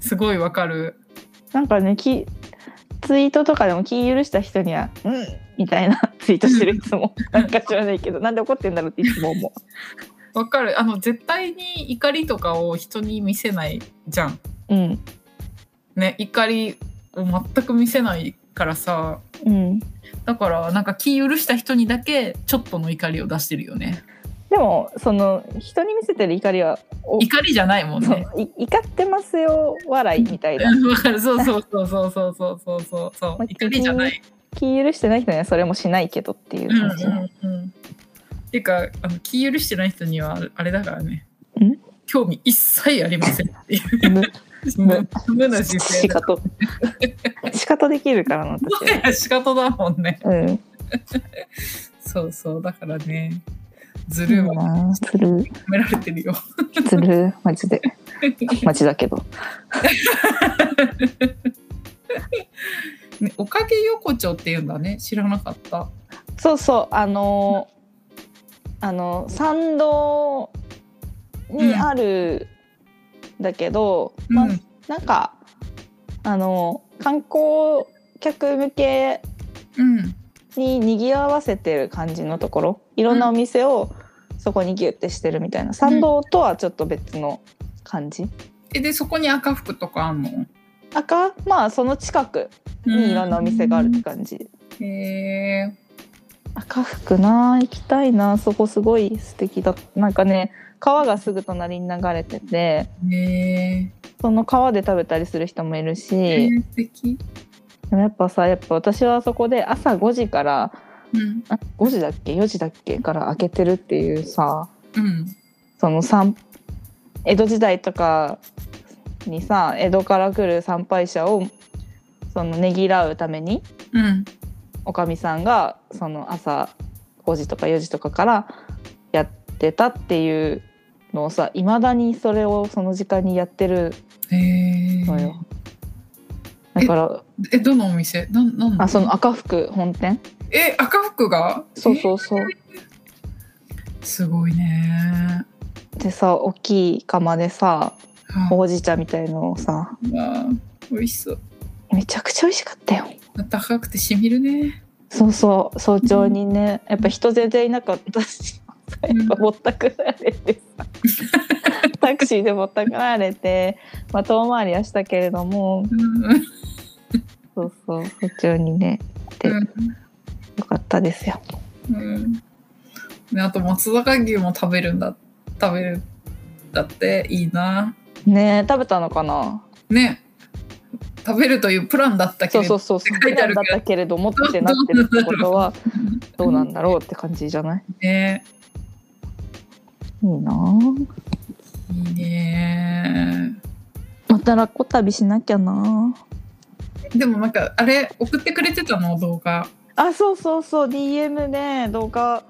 Speaker 2: すごいわかる。
Speaker 1: なんかね気ツイートとかでも気許した人には「うん」みたいな ツイートしてるいつ もなんか知らないけどなんで怒ってんだろうっていつも思
Speaker 2: わかる。あの、絶対に怒りとかを人に見せないじゃん。
Speaker 1: ううん
Speaker 2: ね、怒りを全く見せないからさ
Speaker 1: うん
Speaker 2: だからなんか気許した人にだけちょっとの怒りを出してるよね
Speaker 1: でもその人に見せてる怒りはお
Speaker 2: 怒りじゃないもん
Speaker 1: そう
Speaker 2: ね
Speaker 1: い怒ってますよ笑いみたいな
Speaker 2: うんわかるそうそうそうそうそうそうそうそう
Speaker 1: まあ
Speaker 2: 怒りじゃない
Speaker 1: 気許してない人にはそれもしないけどっていう
Speaker 2: うん
Speaker 1: 感じ、
Speaker 2: うんうんていうかあの気許してない人にはあれあれだからね
Speaker 1: ん
Speaker 2: 興味一切ありませんっていう
Speaker 1: む
Speaker 2: 無無な姿勢
Speaker 1: 仕
Speaker 2: だ
Speaker 1: 方仕方できるからな
Speaker 2: もは
Speaker 1: 私
Speaker 2: や仕方だもんね
Speaker 1: うん
Speaker 2: そうそうだからねず
Speaker 1: いい
Speaker 2: るは
Speaker 1: なずる
Speaker 2: 褒められてるよ
Speaker 1: ずるマ ジでマジだけど
Speaker 2: ねおかげ横丁っていうんだね知らなかった
Speaker 1: そうそうあのーあの参道にあるんだけど、
Speaker 2: うん
Speaker 1: まあなんかあの観光客向け
Speaker 2: うん
Speaker 1: ににぎわわせてる感じのところいろんなお店をそこにギュってしてるみたいな参道とはちょっと別の感じ、
Speaker 2: えでそこに赤服とかあんの
Speaker 1: 赤まあその近くにいろんなお店があるって感じ、
Speaker 2: へえ
Speaker 1: 赤福な行きたいなそこすごい素敵だなんかね川がすぐ隣に流れてて
Speaker 2: へえ
Speaker 1: その川で食べたりする人もいるし、
Speaker 2: 素敵
Speaker 1: でもやっぱさやっぱ私はそこで朝5時から
Speaker 2: うん
Speaker 1: あ5時だっけ4時だっけから開けてるっていうさ
Speaker 2: うん
Speaker 1: その参江戸時代とかにさ江戸から来る参拝者をそのねぎらうために
Speaker 2: うん
Speaker 1: おかみさんがその朝5時とか4時とかからやってたっていうのをさいまだにそれをその時間にやってる
Speaker 2: へえ
Speaker 1: のよ。だから
Speaker 2: えどのお店なんなんの
Speaker 1: あその赤福本店
Speaker 2: え赤服が
Speaker 1: そうそうそう
Speaker 2: えすごいね
Speaker 1: でさ大きい釜でさ
Speaker 2: は
Speaker 1: ほうじ茶みたいのをさ
Speaker 2: あ美味しそう
Speaker 1: めちゃくちゃ美味しかったよ
Speaker 2: 高くてしみるね
Speaker 1: そうそう早朝にね、やっぱ人全然いなかったしや
Speaker 2: ん
Speaker 1: っぱ ぼったくられてさタクシーでぼったくられて、まあ、遠回りはしたけれども
Speaker 2: うん
Speaker 1: そうそう早朝にねでよかったですよ
Speaker 2: うんねあと松坂牛も食べるんだ食べるんだっていいな
Speaker 1: ねえ食べたのかな
Speaker 2: ね食べるというプランだったけ
Speaker 1: そう
Speaker 2: れ
Speaker 1: そ
Speaker 2: ど
Speaker 1: うそうそう
Speaker 2: 書いて
Speaker 1: だ
Speaker 2: あ
Speaker 1: っ
Speaker 2: るけど
Speaker 1: たけれどもってなってるってことはどうなんだろうって感じじゃない
Speaker 2: ね
Speaker 1: いいなぁ
Speaker 2: いいね
Speaker 1: またラッコ旅しなきゃなぁ
Speaker 2: でもなんかあれ送ってくれてたの動画
Speaker 1: あそうそうそう DM で動画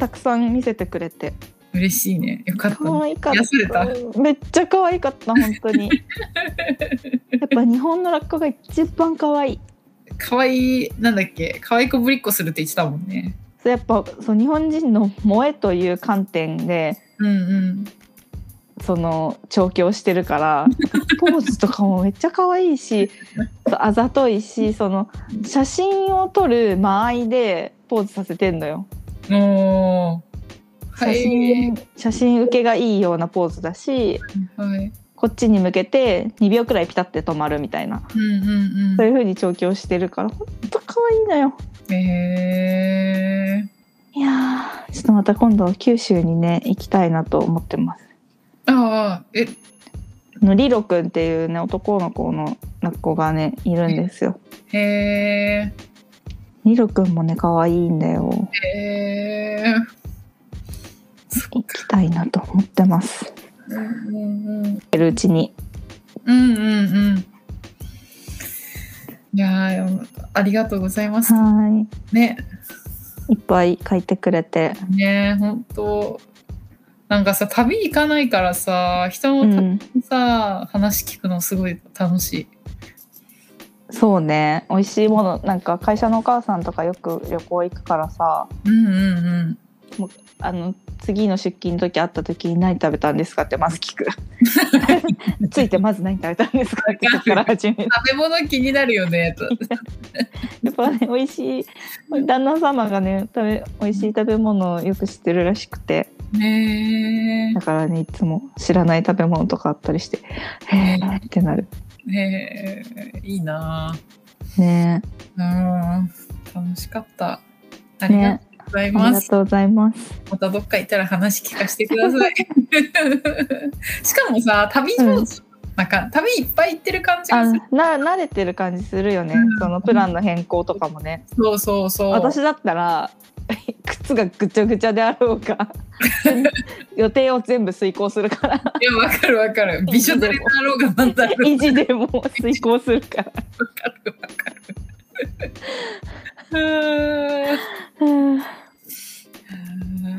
Speaker 1: たくさん見せてくれて
Speaker 2: 嬉しいねよかったね
Speaker 1: 可愛かっ
Speaker 2: 痩せれた
Speaker 1: ためっちゃ可愛かった本当にやっぱ日本のラッコが一番可愛い
Speaker 2: 可愛いなんだっけ可愛い子ぶりっこするって言ってたもんね
Speaker 1: そうやっぱそう日本人の萌えという観点で
Speaker 2: うん
Speaker 1: その調教してるから ポーズとかもめっちゃ可愛いしそうあざといしその写真を撮る間合いでポーズさせてんのよ
Speaker 2: うんおーは
Speaker 1: 写
Speaker 2: い
Speaker 1: 真、写真受けがいいようなポーズだし
Speaker 2: はい
Speaker 1: こっちに向けて2秒くらいピタって止まるみたいな
Speaker 2: うんうん
Speaker 1: そう
Speaker 2: う
Speaker 1: いう風に調教してるからほんと可愛いのよ
Speaker 2: んへえ
Speaker 1: いやーちょっとまた今度九州にね行きたいなと思ってます
Speaker 2: ー、ああえ
Speaker 1: あのリロくんっていうね男の子の学校がねいるんですよ
Speaker 2: へえ
Speaker 1: リロくんもね可愛いんだよ
Speaker 2: へえ
Speaker 1: 行きたいなと思ってます
Speaker 2: うんうんうん
Speaker 1: いるうちに
Speaker 2: うんうんうんいやーでもありがとうございます
Speaker 1: は
Speaker 2: ね
Speaker 1: ーいいっぱい書いてくれて
Speaker 2: ね本当なんかさ旅行かないからさ人
Speaker 1: う
Speaker 2: の
Speaker 1: ん
Speaker 2: さ話聞くのすごい楽しい
Speaker 1: そうね美味しいものなんか会社のお母さんとかよく旅行行くからさ
Speaker 2: うんうんうん。
Speaker 1: あの次の出勤の時会った時に何食べたんですかってまず 聞くついてまず何食べたんですかって聞くから始める
Speaker 2: 食べ物気になるよね。と
Speaker 1: やっぱね美味しい旦那様がね食べ美味しい食べ物をよく知ってるらしくて
Speaker 2: ね
Speaker 1: だからねいつも知らない食べ物とかあったりして
Speaker 2: え。
Speaker 1: へ
Speaker 2: ね
Speaker 1: ーってなる
Speaker 2: え。ねえ。いいな
Speaker 1: ね
Speaker 2: あ。うん。楽しかった。あ
Speaker 1: え
Speaker 2: りが
Speaker 1: ね
Speaker 2: とうござい
Speaker 1: あ
Speaker 2: ま
Speaker 1: りが
Speaker 2: す。
Speaker 1: とうございます
Speaker 2: またどっか行ったら話聞かせてく ださい。しかもさ、旅上手。なんか旅いっぱい行ってる感じ
Speaker 1: あ
Speaker 2: がする。
Speaker 1: な慣れてる感じするよね
Speaker 2: うん
Speaker 1: そのプランの変更とかもね
Speaker 2: そうそうそう。
Speaker 1: 私だったら靴がぐちゃぐちゃであろう か予定を全部遂行するから
Speaker 2: いや、わかるわかる。美女トレだろうがなんだろうが。
Speaker 1: 意地でも遂行するから
Speaker 2: わかるわか る。 うーん
Speaker 1: うんあ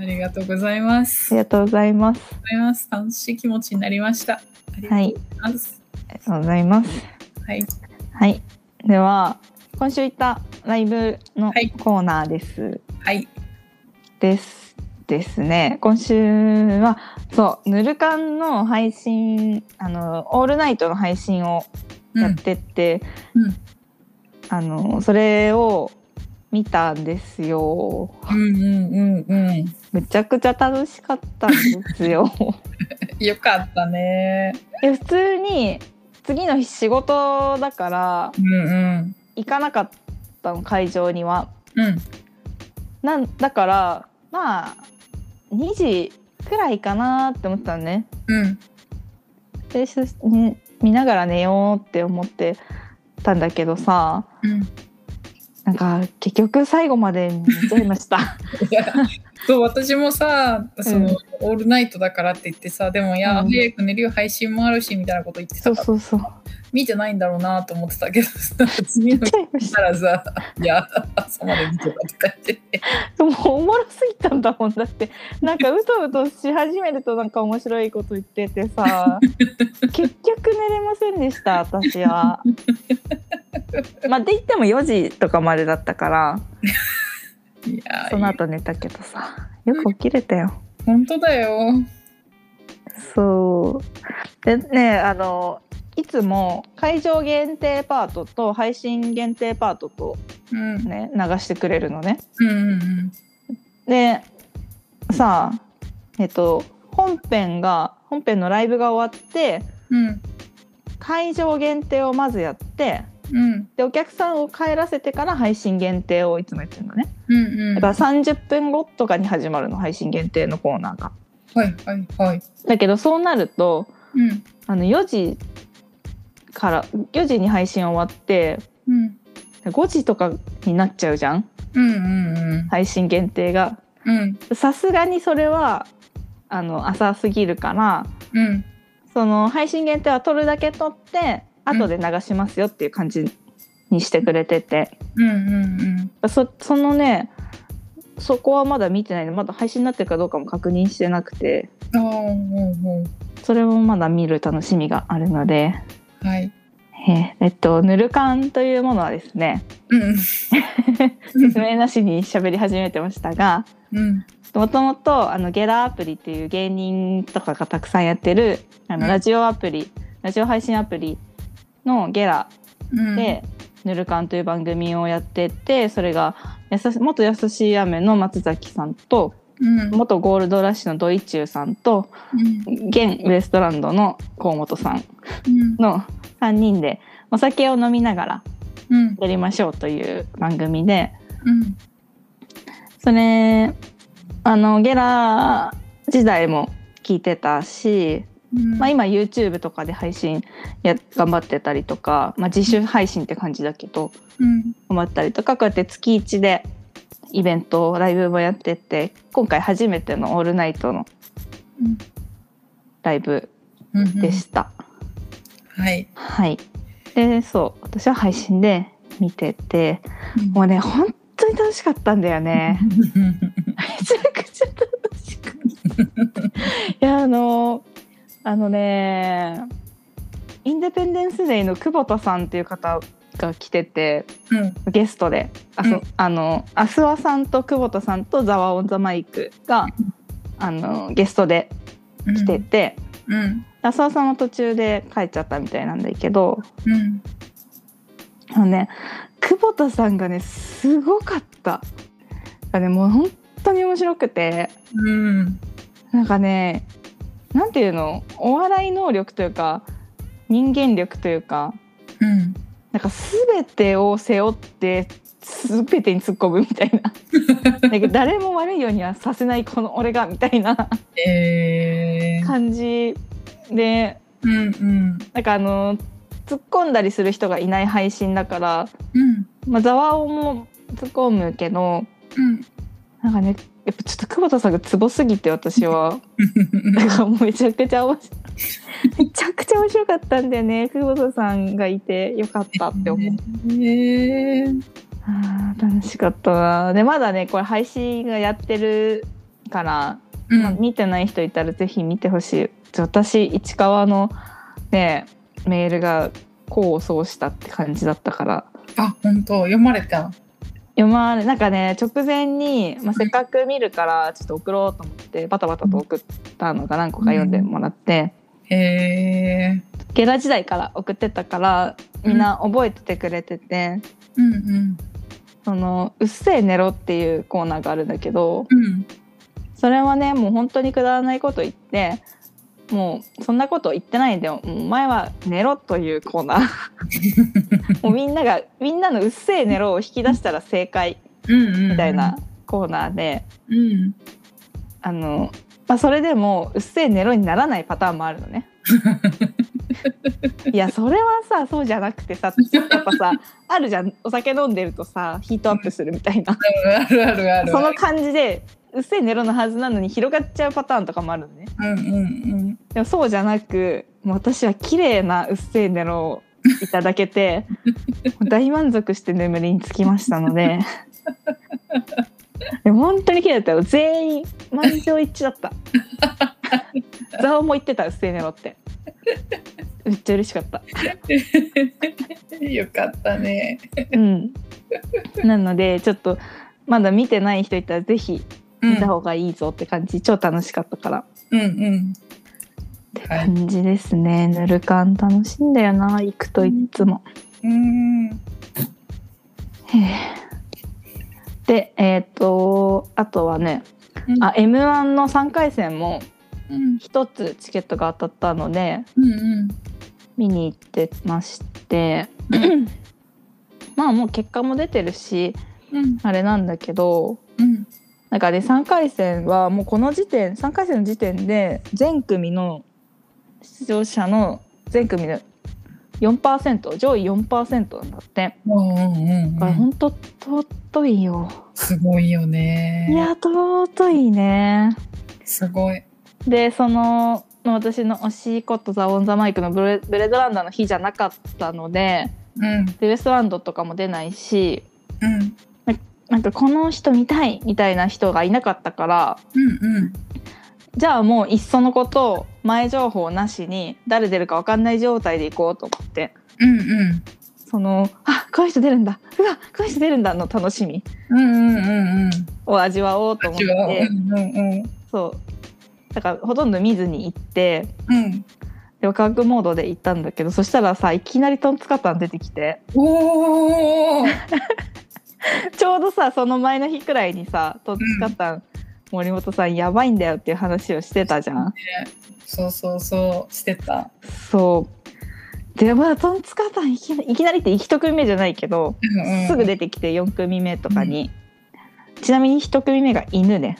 Speaker 2: ありがとうございます。
Speaker 1: り
Speaker 2: ありがと
Speaker 1: がとうございます
Speaker 2: うございます。楽しい気持ちになりました。ありが
Speaker 1: は
Speaker 2: とう
Speaker 1: い
Speaker 2: ございます。
Speaker 1: ありがとうございます
Speaker 2: はい。
Speaker 1: はいでは今週行ったライブの
Speaker 2: はい
Speaker 1: コーナーです、
Speaker 2: はい。
Speaker 1: ですですね今週はそうぬるかんの配信あのオールナイトの配信を
Speaker 2: う
Speaker 1: やっ
Speaker 2: ん。
Speaker 1: てって、
Speaker 2: うん
Speaker 1: あのそれを見たんですよ
Speaker 2: うんうんうんう
Speaker 1: むちゃくちゃ楽しかったんです よ
Speaker 2: ん。よかったね。
Speaker 1: いや普通に次の日仕事だから
Speaker 2: うんうん。
Speaker 1: 行かなかったの会場には
Speaker 2: うん。
Speaker 1: なんだからまあ2時くらいかなって思ってたのね
Speaker 2: うん。
Speaker 1: でそね見ながら寝ようって思ってたんだけどさ
Speaker 2: うん。
Speaker 1: なんか結局最後まで見ちゃいました
Speaker 2: いや そう私もさその、
Speaker 1: うん
Speaker 2: オールナイトだからって言ってさでもいや、
Speaker 1: うん
Speaker 2: 早く寝るよ配信もあるしみたいなこと言って
Speaker 1: そ
Speaker 2: た
Speaker 1: う
Speaker 2: から
Speaker 1: そうそう
Speaker 2: 見てないんだろうなと思ってたけど さ次の
Speaker 1: 見
Speaker 2: 日
Speaker 1: ちゃいまし
Speaker 2: したらさ 「いや朝まで見てた」とか言って
Speaker 1: たもうおもろすぎたんだもんだってなんかうとうとし始めるとなんか面白いこと言ってて さ結局寝れませんでした私は。まあで言っても4時とかまでだったから
Speaker 2: いや
Speaker 1: その後寝たけどさよく起きれたよ。
Speaker 2: 本当だよ。
Speaker 1: そうでねあのいつも会場限定パートと配信限定パートと
Speaker 2: うんうん
Speaker 1: ね流してくれるのね。
Speaker 2: うん
Speaker 1: でさあえっと本編が本編のライブが終わって
Speaker 2: うん
Speaker 1: 会場限定をまずやって
Speaker 2: うん
Speaker 1: でお客さんを帰らせてから配信限定をいつもやってるのね。
Speaker 2: うんうん
Speaker 1: だから30分後とかに始まるの配信限定のコーナーが。
Speaker 2: はいはいはい。
Speaker 1: だけどそうなると
Speaker 2: うん
Speaker 1: あの4時から4時に配信終わって
Speaker 2: うん
Speaker 1: 5時とかになっちゃうじゃん
Speaker 2: うんうん
Speaker 1: 配信限定が
Speaker 2: うん
Speaker 1: さすがにそれはあの浅すぎるから
Speaker 2: うん
Speaker 1: その配信限定は撮るだけ撮って後で流しますよっていう感じにしてくれてて、
Speaker 2: うんうん
Speaker 1: そそのねそこはまだ見てないのまだ配信になってるかどうかも確認してなくて
Speaker 2: うん。おーほうほ
Speaker 1: それもまだ見る楽しみがあるので、
Speaker 2: うはい。
Speaker 1: えーえっとぬるかんというものはですね
Speaker 2: うん
Speaker 1: 説明なしに喋り始めてましたが。
Speaker 2: うん
Speaker 1: もともとあのゲラアプリっていう芸人とかがたくさんやってるあ
Speaker 2: う
Speaker 1: の
Speaker 2: ん
Speaker 1: ラジオアプリ、ラジオ配信アプリのゲラ
Speaker 2: うん。
Speaker 1: で「ぬるかん」という番組をやっててそれがやさし元優しい雨の松崎さんと
Speaker 2: うん
Speaker 1: 元ゴールドラッシュのドイチューさんと
Speaker 2: うん
Speaker 1: 現ウエストランドの河本さん
Speaker 2: うん
Speaker 1: の3人でお酒を飲みながら
Speaker 2: うん
Speaker 1: やりましょうという番組で
Speaker 2: うん
Speaker 1: それあのゲラ時代も聞いてたし、
Speaker 2: うん
Speaker 1: まあ、今 YouTube とかで配信や頑張ってたりとか、まあ、自主配信って感じだけど
Speaker 2: うん
Speaker 1: 頑張ったりとかこうやって月1でイベントライブもやってって今回初めての「オールナイト」の
Speaker 2: うん
Speaker 1: ライブ
Speaker 2: うん
Speaker 1: でした。
Speaker 2: はい。
Speaker 1: はいでそう私は配信で見ててもうね本当に楽しかったんだよね。 めちゃくちゃ楽しかった。いやあのあのねインデペンデンス・デイの久保田さんっていう方が来てて
Speaker 2: うん
Speaker 1: ゲストであそ、
Speaker 2: うん
Speaker 1: あのアスワさんと久保田さんとザワオン・ザ・マイクがあのゲストで
Speaker 2: うん
Speaker 1: 来てて、
Speaker 2: うん
Speaker 1: アスワさんは途中で帰っちゃったみたいなんだけど
Speaker 2: うん
Speaker 1: あのね久保田さんがねすごかった。がねもう本当に面白くて。
Speaker 2: うん
Speaker 1: なんかねなんていうのお笑い能力というか人間力というか
Speaker 2: うん
Speaker 1: なんか全てを背負って全てに突っ込むみたいななんか誰も悪いようにはさせないこの俺がみたいな
Speaker 2: えー
Speaker 1: 感じで
Speaker 2: うんうん
Speaker 1: なんかあの突っ込んだりする人がいない配信だから、
Speaker 2: うん
Speaker 1: まあ、ザワオも突っ込むけど
Speaker 2: うん
Speaker 1: あなんかねやっぱちょっと久保田さんがツボすぎて私はなんか もうめちゃくちゃ面白いめちゃくちゃ面白かったんだよね久保田さんがいてよかったって思う。
Speaker 2: へえ
Speaker 1: あー楽しかったなでまだねこれ配信がやってるから、
Speaker 2: う
Speaker 1: まあ
Speaker 2: ん
Speaker 1: 見てない人いたらぜひ見てほしいちょ私市川のねメールが功を奏したって感じだったから
Speaker 2: あ本当読まれた
Speaker 1: 読まれなんかね直前に、まあ、せっかく見るからちょっと送ろうと思ってバタバタと送ったのが何個か読んでもらって、
Speaker 2: へえ
Speaker 1: ゲラ時代から送ってたからみんな覚えててくれてて
Speaker 2: うんうん
Speaker 1: 「そのうっせえ寝ろ」っていうコーナーがあるんだけど、
Speaker 2: うん
Speaker 1: それはねもう本当にくだらないこと言ってもうそんなこと言ってないんでもうお前は寝ろというコーナーもうみんながみんなの「うっせえ寝ろ」を引き出したら正解
Speaker 2: うんうん
Speaker 1: みたいなコーナーで、
Speaker 2: うん
Speaker 1: あのまあ、それでも「うっせえ寝ろ」にならないパターンもあるのね。いやそれはさそうじゃなくてさやっぱさあるじゃんお酒飲んでるとさヒートアップするみたいな
Speaker 2: あるあるある
Speaker 1: そ
Speaker 2: あ
Speaker 1: の
Speaker 2: る
Speaker 1: 感じで「うっせえ寝ろ」のはずなのに広がっちゃうパターンとかもあるのね。
Speaker 2: うんうん
Speaker 1: でもそうじゃなくもう私は綺麗なうっせえネロをいただけ てもう大満足して眠りにつきましたの ででも本当に綺麗だったよ全員満場一致だったザオも言ってたうっせえネロってめっちゃ嬉しかった
Speaker 2: うんよかったね
Speaker 1: うんなのでちょっとまだ見てない人いたらぜひ
Speaker 2: うん
Speaker 1: 見た方がいいぞって感じ、超楽しかったから
Speaker 2: うんうんはい
Speaker 1: 感じですねぬる感楽しいんだよな行くといつも
Speaker 2: うんうん
Speaker 1: へえでえっ、とあとはね、あ m 1の3回戦も
Speaker 2: うん
Speaker 1: 1つチケットが当たったので
Speaker 2: うん
Speaker 1: 見に行ってまして
Speaker 2: う
Speaker 1: まあもう結果も出てるし
Speaker 2: うん
Speaker 1: あれなんだけど
Speaker 2: うん
Speaker 1: なんかね3回戦はもうこの時点3回戦の時点で全組の出場者の全組の4%上位4%なんだって
Speaker 2: うんうんうん
Speaker 1: だからほんと尊いよ。
Speaker 2: すごいよね
Speaker 1: いや尊いね。
Speaker 2: すごい
Speaker 1: でその私の推しコット・ザ・オン・ザ・マイクのブレブレードランダーの日じゃなかったので
Speaker 2: うん
Speaker 1: でウエストランドとかも出ないし
Speaker 2: うん
Speaker 1: なんかこの人見たいみたいな人がいなかったから
Speaker 2: うんうん
Speaker 1: じゃあもういっそのこと前情報なしに誰出るか分かんない状態で行こうと思って
Speaker 2: うんうん
Speaker 1: そのあこの人出るんだうわこの人出るんだの楽しみ
Speaker 2: うんうんうんうん
Speaker 1: を味わおうと思っ
Speaker 2: 違う
Speaker 1: て
Speaker 2: うんうん
Speaker 1: そうだからほとんど見ずに行って。
Speaker 2: うんうん
Speaker 1: でワクワクモードで行ったんだけどそしたらさいきなりトンツカタン出てきて
Speaker 2: おお
Speaker 1: ちょうどさその前の日くらいにさトンツカタン、森本さんやばいんだよっていう話をしてたじゃん。
Speaker 2: そうそうそうしてた
Speaker 1: そうでまあトンツカタンいきないきなりって1組目じゃないけど、
Speaker 2: うんうん
Speaker 1: すぐ出てきて4組目とかに、ちなみに1組目が犬ね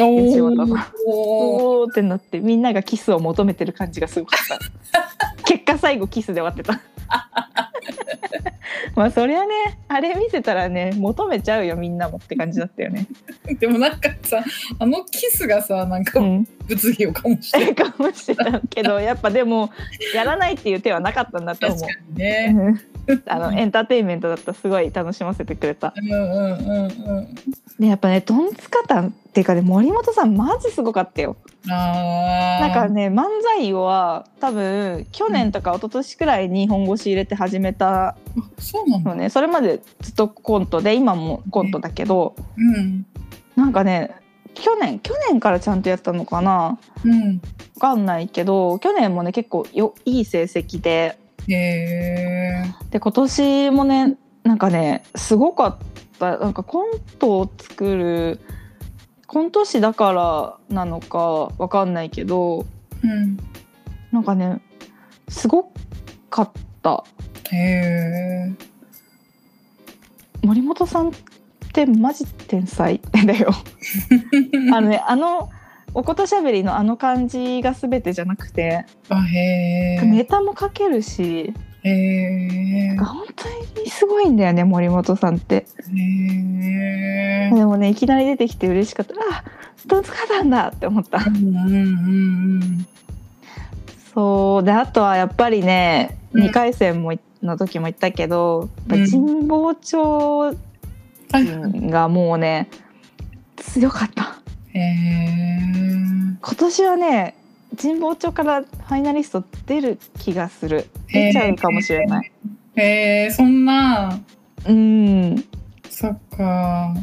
Speaker 2: お
Speaker 1: 吉本
Speaker 2: ー
Speaker 1: さ
Speaker 2: おー
Speaker 1: おーってなってみんながキスを求めてる感じがすごかった 結果最後キスで終わってたまあそりゃねあれ見せたらね求めちゃうよみんなもって感じだったよね
Speaker 2: でもなんかさあのキスがさなんか
Speaker 1: うん
Speaker 2: 物議を醸して る
Speaker 1: かもしれないけどやっぱでもやらないっていう手はなかったんだと
Speaker 2: 確
Speaker 1: 思
Speaker 2: か
Speaker 1: う
Speaker 2: にね
Speaker 1: うんあのエンターテインメントだったらすごい楽しませてくれた
Speaker 2: うんうんうん
Speaker 1: でやっぱねトンツカタンっていうかね森本さんマジすごかったよ
Speaker 2: うんあ
Speaker 1: なん
Speaker 2: あ
Speaker 1: かね漫才は多分去年とか一昨年くらいに本腰入れて始めた
Speaker 2: そうなんだ
Speaker 1: のねそれまでずっとコントで今もコントだけど
Speaker 2: うん
Speaker 1: なんかね去年去年からちゃんとやったのかな
Speaker 2: うん
Speaker 1: わかんないけど去年もね結構よいい成績で
Speaker 2: へえ
Speaker 1: で今年もねなんかねすごかったなんかコントを作るコント師だからなのかわかんないけど
Speaker 2: うん
Speaker 1: なんかねすごかった
Speaker 2: へえ
Speaker 1: 森本さんってマジ天才だよ。あのね、あのおことしゃべりのあの感じが全てじゃなくて、
Speaker 2: あへえ
Speaker 1: ネタも書けるし
Speaker 2: へえ
Speaker 1: なんか本当にすごいんだよね森本さんって
Speaker 2: へえ
Speaker 1: でもねいきなり出てきて嬉しかったあストーンズカーんだって思った
Speaker 2: うんうんうんうん
Speaker 1: そうであとはやっぱりね、
Speaker 2: うん
Speaker 1: 2回戦もいの時も言ったけど、やっぱ
Speaker 2: うん
Speaker 1: 神保町
Speaker 2: はい
Speaker 1: 人がもうね強かった
Speaker 2: へえ
Speaker 1: 今年はね神保町からファイナリスト出る気がする
Speaker 2: へ
Speaker 1: 出
Speaker 2: ー
Speaker 1: ちゃうかもしれない、
Speaker 2: へえそんな
Speaker 1: うん
Speaker 2: そっか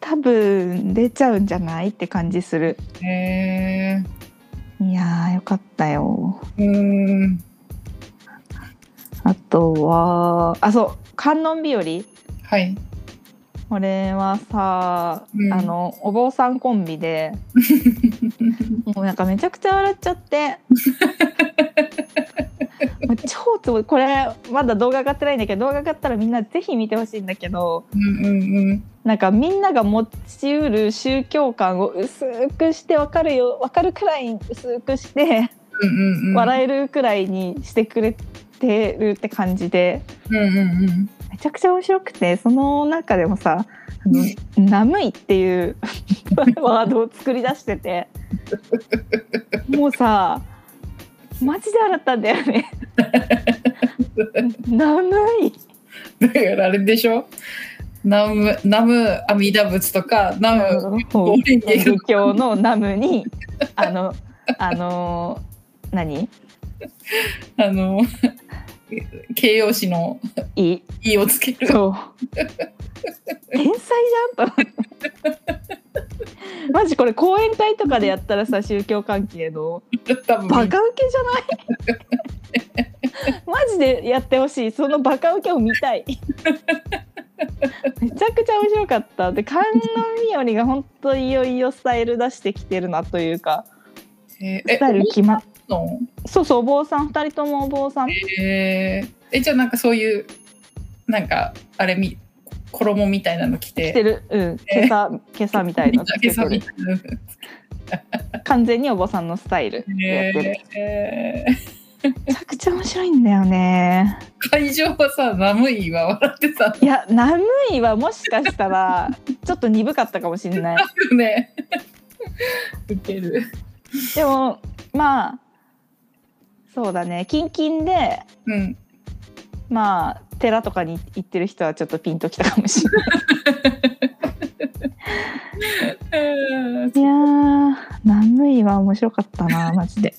Speaker 1: 多分出ちゃうんじゃないって感じする
Speaker 2: へえ
Speaker 1: いやーよかったよ
Speaker 2: うん
Speaker 1: あとはあそう観音日和
Speaker 2: はい
Speaker 1: 俺はさ、
Speaker 2: うん
Speaker 1: あのお坊さんコンビ でもうなんかめちゃくちゃ笑っちゃって もう超つぼこれまだ動画上がってないんだけど動画上がったらみんなぜひ見てほしいんだけど
Speaker 2: うんうんうん
Speaker 1: なんかみんなが持ちうる宗教観を薄くして分かるよ分かるくらい薄くして
Speaker 2: うんうんうん
Speaker 1: 笑えるくらいにしてくれてるって感じで
Speaker 2: うんうんうん
Speaker 1: めちゃくちゃ面白くてその中でもさ「あのナムイ」っていうワードを作り出しててもうさマジで笑ったんだよね。ナムイ
Speaker 2: だからあれでしょナムナム阿弥陀仏とかナム法輪
Speaker 1: 仏
Speaker 2: 華
Speaker 1: 教のナムにあのあの何
Speaker 2: あの 形容詞の
Speaker 1: いい
Speaker 2: 「い」をつける
Speaker 1: そう天才じゃんと思ってマジこれ講演会とかでやったらさ宗教関係の
Speaker 2: 多分
Speaker 1: バカウケじゃない マジでやってほしいそのバカウケを見たいめちゃくちゃ面白かったで観音みよりが本当いよいよスタイル出してきてるなというか
Speaker 2: え
Speaker 1: スタイル決まっ
Speaker 2: お坊さんの
Speaker 1: そうそうお坊さん2人ともお坊さん
Speaker 2: えーえじゃあなんかそういうなんかあれみ衣みたいなの着
Speaker 1: 着て
Speaker 2: て
Speaker 1: るうん今朝 今朝みたいなの着て
Speaker 2: 着
Speaker 1: る
Speaker 2: てる
Speaker 1: 完全にお坊さんのスタイルやってる
Speaker 2: えーえ
Speaker 1: めちゃくちゃ面白いんだよね
Speaker 2: ー会場はさナムイは笑ってたんだ
Speaker 1: いやナムイはもしかしたらちょっと鈍かったかもしれない
Speaker 2: よ ねウケる
Speaker 1: でもまあそうだねキンキンで
Speaker 2: うん
Speaker 1: まあ寺とかに行ってる人はちょっとピンときたかもしれない
Speaker 2: えー
Speaker 1: いやーナムイは面白かったなマ ジで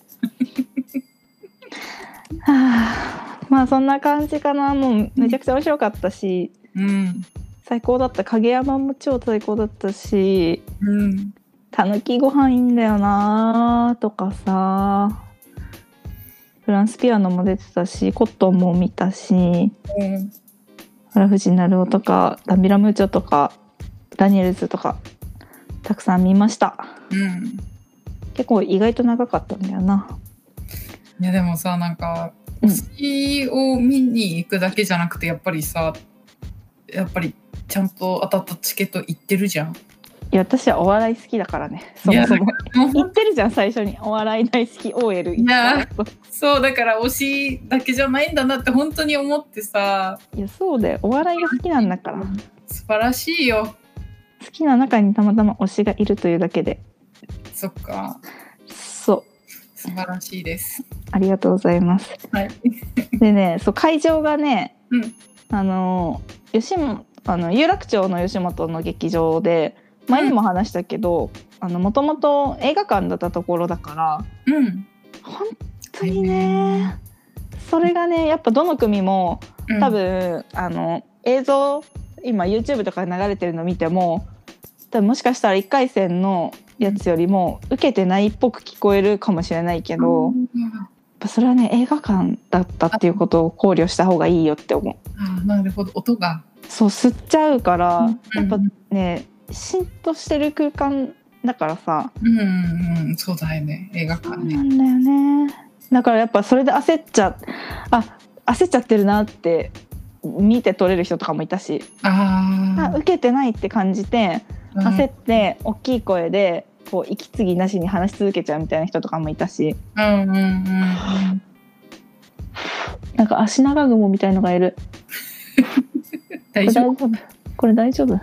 Speaker 1: はあまあそんな感じかなもうめちゃくちゃ面白かったし
Speaker 2: うん
Speaker 1: 最高だった影山も超最高だったし
Speaker 2: うん
Speaker 1: たぬきご飯いいんだよなとかさフランスピアノも出てたしコットンも見たし
Speaker 2: うん
Speaker 1: 原藤成夫とかダンビラムーチョとかダニエルズとかたくさん見ました
Speaker 2: うん
Speaker 1: 結構意外と長かったんだよない
Speaker 2: やでもさなんか
Speaker 1: うん
Speaker 2: 推しを見に行くだけじゃなくてやっぱりさやっぱりちゃんと当たったチケット行ってるじゃん。
Speaker 1: いや私はお笑い好きだからねそもそも
Speaker 2: もう
Speaker 1: 言ってるじゃん最初にお笑い大好き OL
Speaker 2: いやそうだから推しだけじゃないんだなって本当に思ってさ
Speaker 1: いやそうだよお笑いが好きなんだから
Speaker 2: 素晴らしいよ
Speaker 1: 好きな中にたまたま推しがいるというだけで
Speaker 2: そっか
Speaker 1: そう
Speaker 2: 素晴らしいです。
Speaker 1: ありがとうございます
Speaker 2: はい、
Speaker 1: でねそう会場がね、
Speaker 2: うん
Speaker 1: あの吉本あの有楽町の吉本の劇場で前にも話したけどもともと映画館だったところだから
Speaker 2: うん、
Speaker 1: 本当にねそれがねやっぱどの組も
Speaker 2: うん
Speaker 1: 多分、あの映像今 YouTube とかで流れてるの見ても多分もしかしたら1回戦のやつよりも受けてないっぽく聞こえるかもしれないけど。
Speaker 2: うん
Speaker 1: やっぱそれはね映画館だったっていうことを考慮した方がいいよって思う
Speaker 2: あなるほど音が
Speaker 1: そう吸っちゃうから、やっぱ
Speaker 2: うん
Speaker 1: ねしんとしてる空間だからさ
Speaker 2: うんうんうんそうだよね映画
Speaker 1: そう
Speaker 2: 館
Speaker 1: な
Speaker 2: ね。
Speaker 1: んだよねだからやっぱそれで焦っちゃあ焦っちゃってるなって見て取れる人とかもいたし、あ
Speaker 2: あ
Speaker 1: 受けてないって感じて
Speaker 2: あ
Speaker 1: 焦って大きい声でこう息継ぎなしに話し続けちゃうみたいな人とかもいたし
Speaker 2: うんうんうんうん
Speaker 1: なんか足長雲みたいのがいる。こ
Speaker 2: 大
Speaker 1: れ
Speaker 2: 丈夫
Speaker 1: 大丈夫これ大丈夫い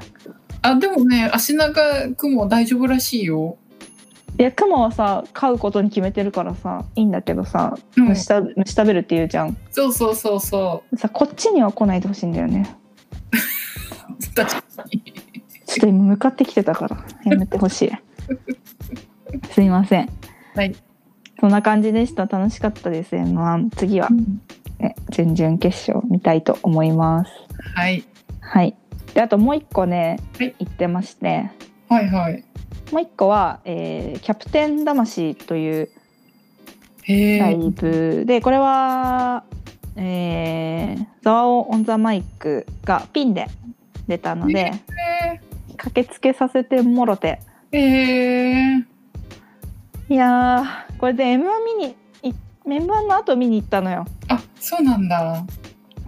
Speaker 2: あでもね足長くも大丈夫らしいよ、
Speaker 1: や雲はさ飼うことに決めてるからさいいんだけどさ
Speaker 2: うん、
Speaker 1: 虫
Speaker 2: そ
Speaker 1: た虫食べるって言うじゃん
Speaker 2: うそうそうそ
Speaker 1: さこっちには来ないでほしいんだよね
Speaker 2: う確かに
Speaker 1: ちょっと今向かってきてたからやめてほ しいすいません
Speaker 2: はい
Speaker 1: そんな感じでした楽しかったです M1 次は、ね、準々決勝見たいと思います
Speaker 2: はい
Speaker 1: はいであともう一個ね、
Speaker 2: はい
Speaker 1: 言ってまして
Speaker 2: はいはい
Speaker 1: もう一個は、えーキャプテン魂という
Speaker 2: へえ、
Speaker 1: ライブで、これは、えー、ザワオオンザマイクがピンで出たので、駆けつけさせてもろて。
Speaker 2: へえ
Speaker 1: いやー、これで M1 見に、い M1 の後見に行ったのよ。
Speaker 2: あそうなんだ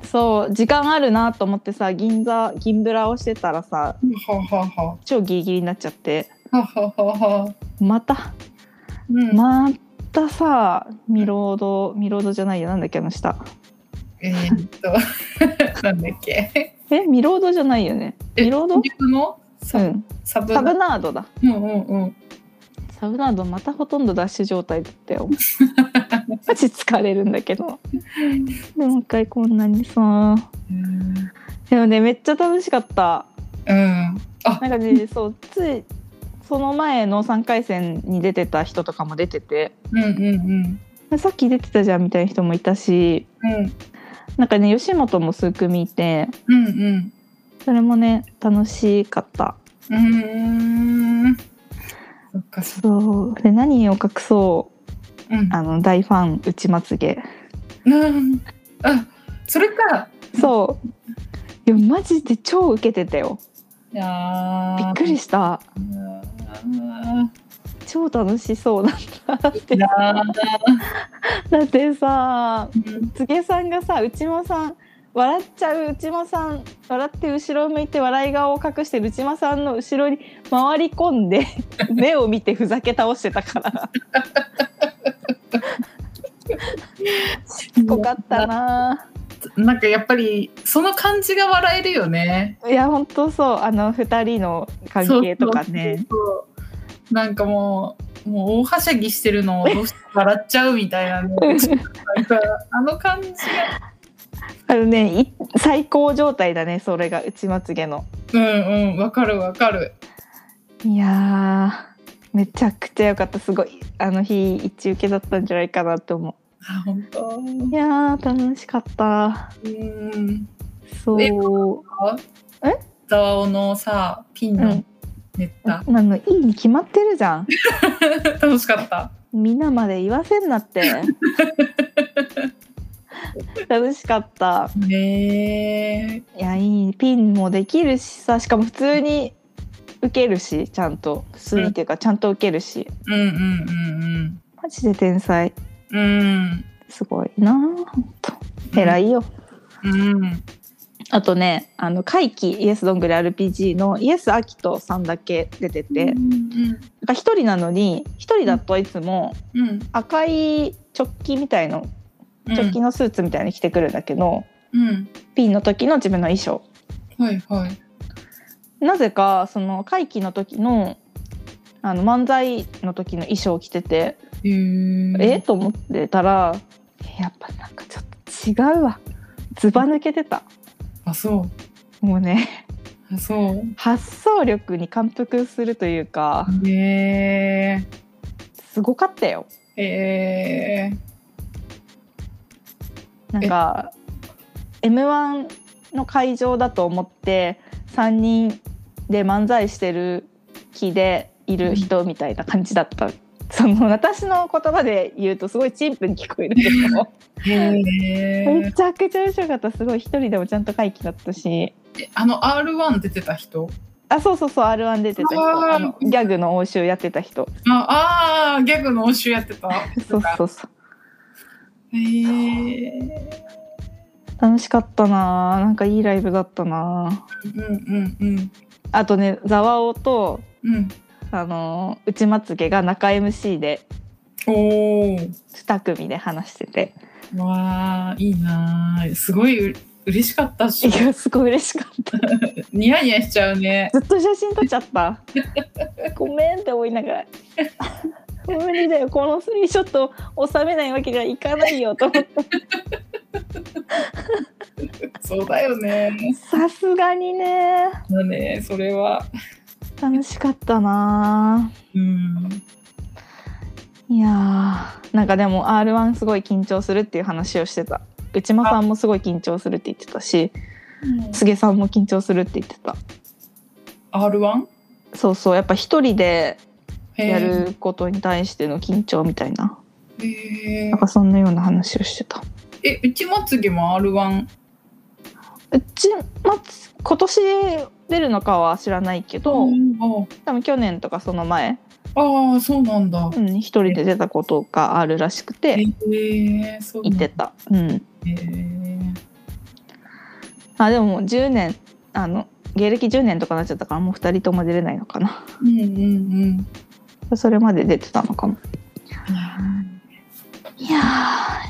Speaker 1: そう、時間あるなと思ってさ、銀座、銀ブラをしてたらさ、
Speaker 2: ははは
Speaker 1: 超ギリギリになっちゃって、
Speaker 2: はははは、
Speaker 1: また、
Speaker 2: うん
Speaker 1: またさ、ミロード、ミロードじゃないよ、なんだっけ、あの下。
Speaker 2: えー、っと なんだっけ
Speaker 1: え、ミロードじゃないよね。
Speaker 2: え
Speaker 1: ミロード
Speaker 2: 新宿の
Speaker 1: う
Speaker 2: サ,、
Speaker 1: ん。
Speaker 2: サブ
Speaker 1: サブナードだ。
Speaker 2: うんうんうん
Speaker 1: サウナードまたほとんどダッシュ状態だったよマジ疲れるんだけどでもう一回こんなにさ
Speaker 2: うん
Speaker 1: でもねめっちゃ楽しかった
Speaker 2: うんあ
Speaker 1: なんかねそうついその前の3回戦に出てた人とかも出てて
Speaker 2: うんうんうん
Speaker 1: さっき出てたじゃんみたいな人もいたし
Speaker 2: うん
Speaker 1: なんかね吉本も数組いて
Speaker 2: うんうん
Speaker 1: それもね楽しかった
Speaker 2: うーんそっかそっ
Speaker 1: そ
Speaker 2: か
Speaker 1: うで何を隠そう
Speaker 2: うん
Speaker 1: あの大ファン内まつげ
Speaker 2: うんあそれか
Speaker 1: そういやマジで超ウケてたよ
Speaker 2: いや
Speaker 1: びっくり
Speaker 2: し
Speaker 1: した
Speaker 2: たい
Speaker 1: 超楽しそうだっただって
Speaker 2: や
Speaker 1: だってさ
Speaker 2: ー
Speaker 1: つげさんがさ内間さん笑っちゃう内間さん笑って後ろを向いて笑い顔を隠してる内間さんの後ろに回り込ん で目を見てふざけ倒してたからしつこかったな
Speaker 2: なんかやっぱりその感じが笑えるよね
Speaker 1: いやほんとそうあの二人の関係とかね
Speaker 2: そうそうそうなんかもうもう大はしゃぎしてるのをどうして笑っちゃうみたいなねなんかあの感じが
Speaker 1: あのねい最高状態だねそれが内まつげの
Speaker 2: うんうんわかるわかる
Speaker 1: いやーめちゃくちゃ良かったすごいあの日一受けだったんじゃないかなと思
Speaker 2: あ本当
Speaker 1: ういやー楽しかった
Speaker 2: うん
Speaker 1: そうえ
Speaker 2: ザワオのさピ
Speaker 1: う
Speaker 2: ンの
Speaker 1: ん
Speaker 2: ネタ
Speaker 1: あ、のいいに決まってるじゃん
Speaker 2: 楽しかった
Speaker 1: みんなまで言わせんなって 楽しかった
Speaker 2: ね
Speaker 1: いやいいピンもできるしさしかも普通に受けるしちゃんと普通にっていうかちゃんと受けるし
Speaker 2: うんうんうん
Speaker 1: マジで天才
Speaker 2: うんうん
Speaker 1: すごいなほんと偉いよ、
Speaker 2: うん
Speaker 1: あとね、あの会期イエスどんぐり RPG のイエスアキトさんだけ出てて、
Speaker 2: う
Speaker 1: なん
Speaker 2: ん
Speaker 1: か一人なのに一人だといつも
Speaker 2: うん
Speaker 1: 赤い直帰みたいの
Speaker 2: うん
Speaker 1: 直帰のスーツみたいに着てくるんだけど、
Speaker 2: うん
Speaker 1: ピンの時の自分の衣装。
Speaker 2: はいはい
Speaker 1: なぜかその会期の時のあの漫才の時の衣装を着てて、
Speaker 2: えー、
Speaker 1: えと思ってたらやっぱなんかちょっと違うわずば抜けてた
Speaker 2: あそう
Speaker 1: もうね
Speaker 2: あそう
Speaker 1: 発想力に感服するというか
Speaker 2: ね
Speaker 1: すごかったよ
Speaker 2: ええ
Speaker 1: なんか M1 の会場だと思って3人で漫才してる気でいる人みたいな感じだった、その私の言葉で言うとすごいチンプに聞こえるけど
Speaker 2: ー、へ
Speaker 1: め
Speaker 2: ー
Speaker 1: ちゃくちゃ面白かったすごい一人でもちゃんと会期だったし
Speaker 2: えあの R1 出てた人
Speaker 1: あそうそうそう r 1出てた人
Speaker 2: あー
Speaker 1: あのギャグの応酬やってた人
Speaker 2: ああーギャグの応酬やってた
Speaker 1: そうそうそう
Speaker 2: へえ
Speaker 1: 楽しかったななんかいいライブだったな
Speaker 2: うんうんうん
Speaker 1: あとねざわおと
Speaker 2: うん
Speaker 1: あの内まつげが中 MC で
Speaker 2: おお
Speaker 1: 2組で話してて
Speaker 2: わあいいなーすごいう嬉しかったっしょ
Speaker 1: いやすごい嬉しかった
Speaker 2: ニヤニヤしちゃうね
Speaker 1: ずっと写真撮っちゃったごめんって思いながら無理だよこのスリーショットを収めないわけにはいかないよと思って
Speaker 2: そうだよね
Speaker 1: さすがにね
Speaker 2: だねそれは
Speaker 1: 楽しかったな
Speaker 2: うん
Speaker 1: いやーなんかでも r 1すごい緊張するっていう話をしてた内間さんもすごい緊張するって言ってたし菅さんも緊張するって言ってた
Speaker 2: R1
Speaker 1: そうそうやっぱ一人で
Speaker 2: へー
Speaker 1: やることに対しての緊張みたいな、
Speaker 2: へ
Speaker 1: なんかそんなような話をしてた
Speaker 2: ーえうちまつげも R1
Speaker 1: うち、まあ、今年出るのかは知らないけど、多分去年とかその前
Speaker 2: ああそうなんだ
Speaker 1: うん一人で出たことがあるらしく
Speaker 2: へ
Speaker 1: て
Speaker 2: えそうなん
Speaker 1: 行って
Speaker 2: だ
Speaker 1: たうん
Speaker 2: へー
Speaker 1: あでももう10年あの芸歴10年とかなっちゃったからもう2人とも出れないのかな
Speaker 2: うんうん
Speaker 1: それまで出てたのかもいや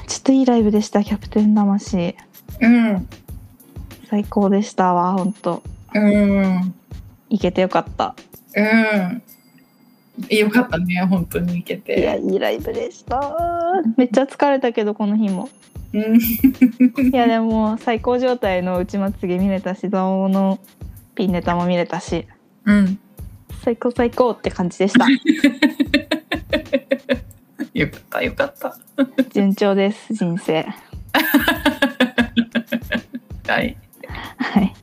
Speaker 1: ーちょっといいライブでしたキャプテン魂
Speaker 2: うんうん
Speaker 1: 最高でしたわほんと
Speaker 2: うん
Speaker 1: 行けてよかった
Speaker 2: うんよかったね本当に行け
Speaker 1: いや
Speaker 2: て
Speaker 1: いいライブでしためっちゃ疲れたけどこの日も
Speaker 2: うん
Speaker 1: いやでも最高状態の内まつげ見れたし蔵王のピンネタも見れたし
Speaker 2: うん
Speaker 1: 最高最高って感じでした
Speaker 2: よかったよかった
Speaker 1: 順調です人生
Speaker 2: はい
Speaker 1: はい。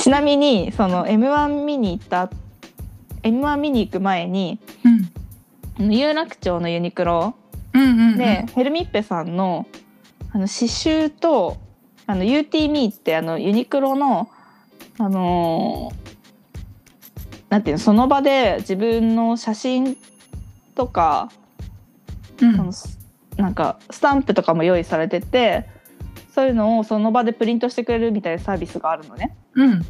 Speaker 1: ちなみにその M1 見に行った M1 見に行く前に
Speaker 2: うん
Speaker 1: あの有楽町のユニクロ
Speaker 2: うんうんうん
Speaker 1: で、フェルミッペさんのあの刺繍とあの UTME ってあのユニクロのあのーなんていうのその場で自分の写真とか
Speaker 2: うん
Speaker 1: そのなんかスタンプとかも用意されててそういうのをその場でプリントしてくれるみたいなサービスがあるのね。
Speaker 2: うん。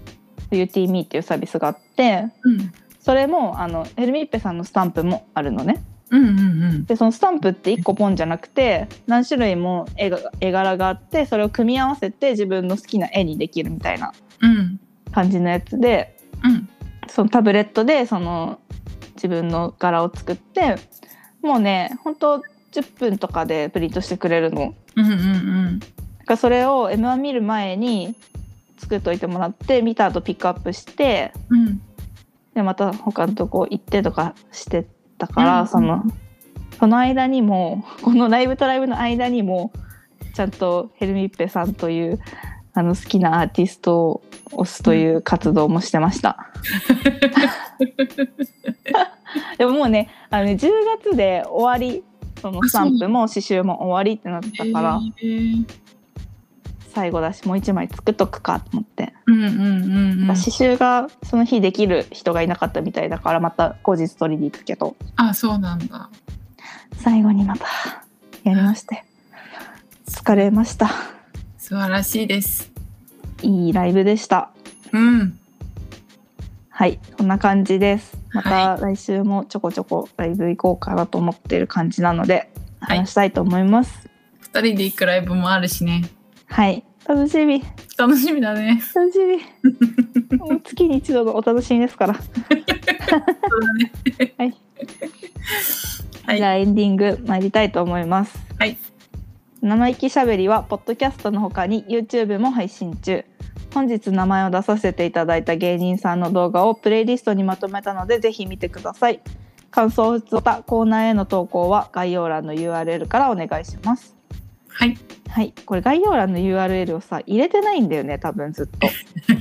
Speaker 1: UTME っていうサービスがあって
Speaker 2: うん。
Speaker 1: それもあのヘルミッペさんのスタンプもあるのね
Speaker 2: うんうん
Speaker 1: でそのスタンプって1個ポンじゃなくて何種類も絵が絵柄があってそれを組み合わせて自分の好きな絵にできるみたいな
Speaker 2: うん。うん。
Speaker 1: 感じのやつで
Speaker 2: うん。
Speaker 1: そのタブレットでその自分の柄を作ってもうねほんと10分とかでプリントしてくれるの。
Speaker 2: うんうん
Speaker 1: だからそれを M1 見る前に作っといてもらって見た後ピックアップして
Speaker 2: うん。うん。
Speaker 1: でまた他のとこ行ってとかしてたから、
Speaker 2: うん
Speaker 1: そのその間にも このライブとライブの間にもちゃんとヘルミッペさんというあの好きなアーティストを推すという活動もしてました。でももうねあのね10月で終わりそのスタンプも刺繍も終わりってなったから
Speaker 2: えー
Speaker 1: 最後だしもう1枚作っとくかと思って、
Speaker 2: うんうんうんうん。
Speaker 1: 刺繍がその日できる人がいなかったみたいだからまた後日取りに行くけど。
Speaker 2: あ、そうなんだ。
Speaker 1: 最後にまたやりまして疲れました
Speaker 2: 素晴らしいです。
Speaker 1: いいライブでした
Speaker 2: うん。
Speaker 1: はいこんな感じですまた
Speaker 2: は
Speaker 1: 来週もちょこちょこライブ行こうかなと思ってる感じなので
Speaker 2: はい
Speaker 1: 話したいと思います
Speaker 2: 二人で行くライブもあるしね。
Speaker 1: はい、楽しみ
Speaker 2: 楽しみだね。
Speaker 1: 楽し みもう月に一度のお楽しみですから、
Speaker 2: そうだね。はい
Speaker 1: じゃあエンディング参りたいと思います
Speaker 2: はい
Speaker 1: 生意気しゃべりはポッドキャストのほかに YouTube も配信中本日名前を出させていただいた芸人さんの動画をプレイリストにまとめたのでぜひ見てください感想をつったコーナーへの投稿は概要欄の URL からお願いします
Speaker 2: はい。
Speaker 1: はいこれ概要欄の URL をさ入れてないんだよね多分ずっと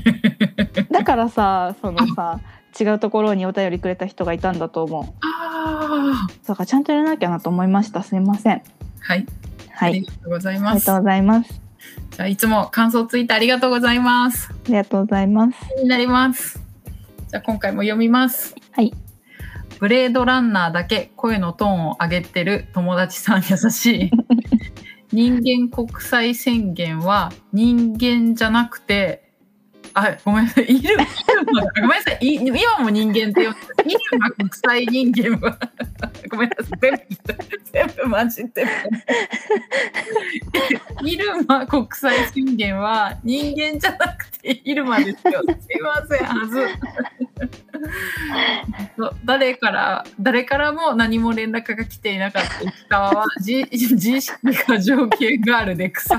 Speaker 1: だからさそのさ違うところにお便りくれた人がいたんだと思
Speaker 2: ああ。
Speaker 1: うだからちゃんと入れなきゃなと思いましたすいません
Speaker 2: はい。
Speaker 1: は
Speaker 2: あり
Speaker 1: い
Speaker 2: がとうござい
Speaker 1: あ
Speaker 2: ま
Speaker 1: りが
Speaker 2: す。
Speaker 1: とうございます
Speaker 2: じゃあ、いつも感想ツイートありがとうございます。
Speaker 1: ありがとうございます
Speaker 2: になります。じゃあ今回も読みます。
Speaker 1: はい。
Speaker 2: ブレードランナーだけ声のトーンを上げてる友達さん優しい。人間国際宣言は人間じゃなくてあ、ごめんなさい。イルマ、ごめんなさい。い今も人間って呼んでたイルマ国際人間は、ごめんなさい。全部、全部混じってる。イルマ国際人間は人間じゃなくてイルマですよ。すいません、はず。そう誰から、誰からも何も連絡が来ていなかった石 川は、じ自意識が条件ガールで草。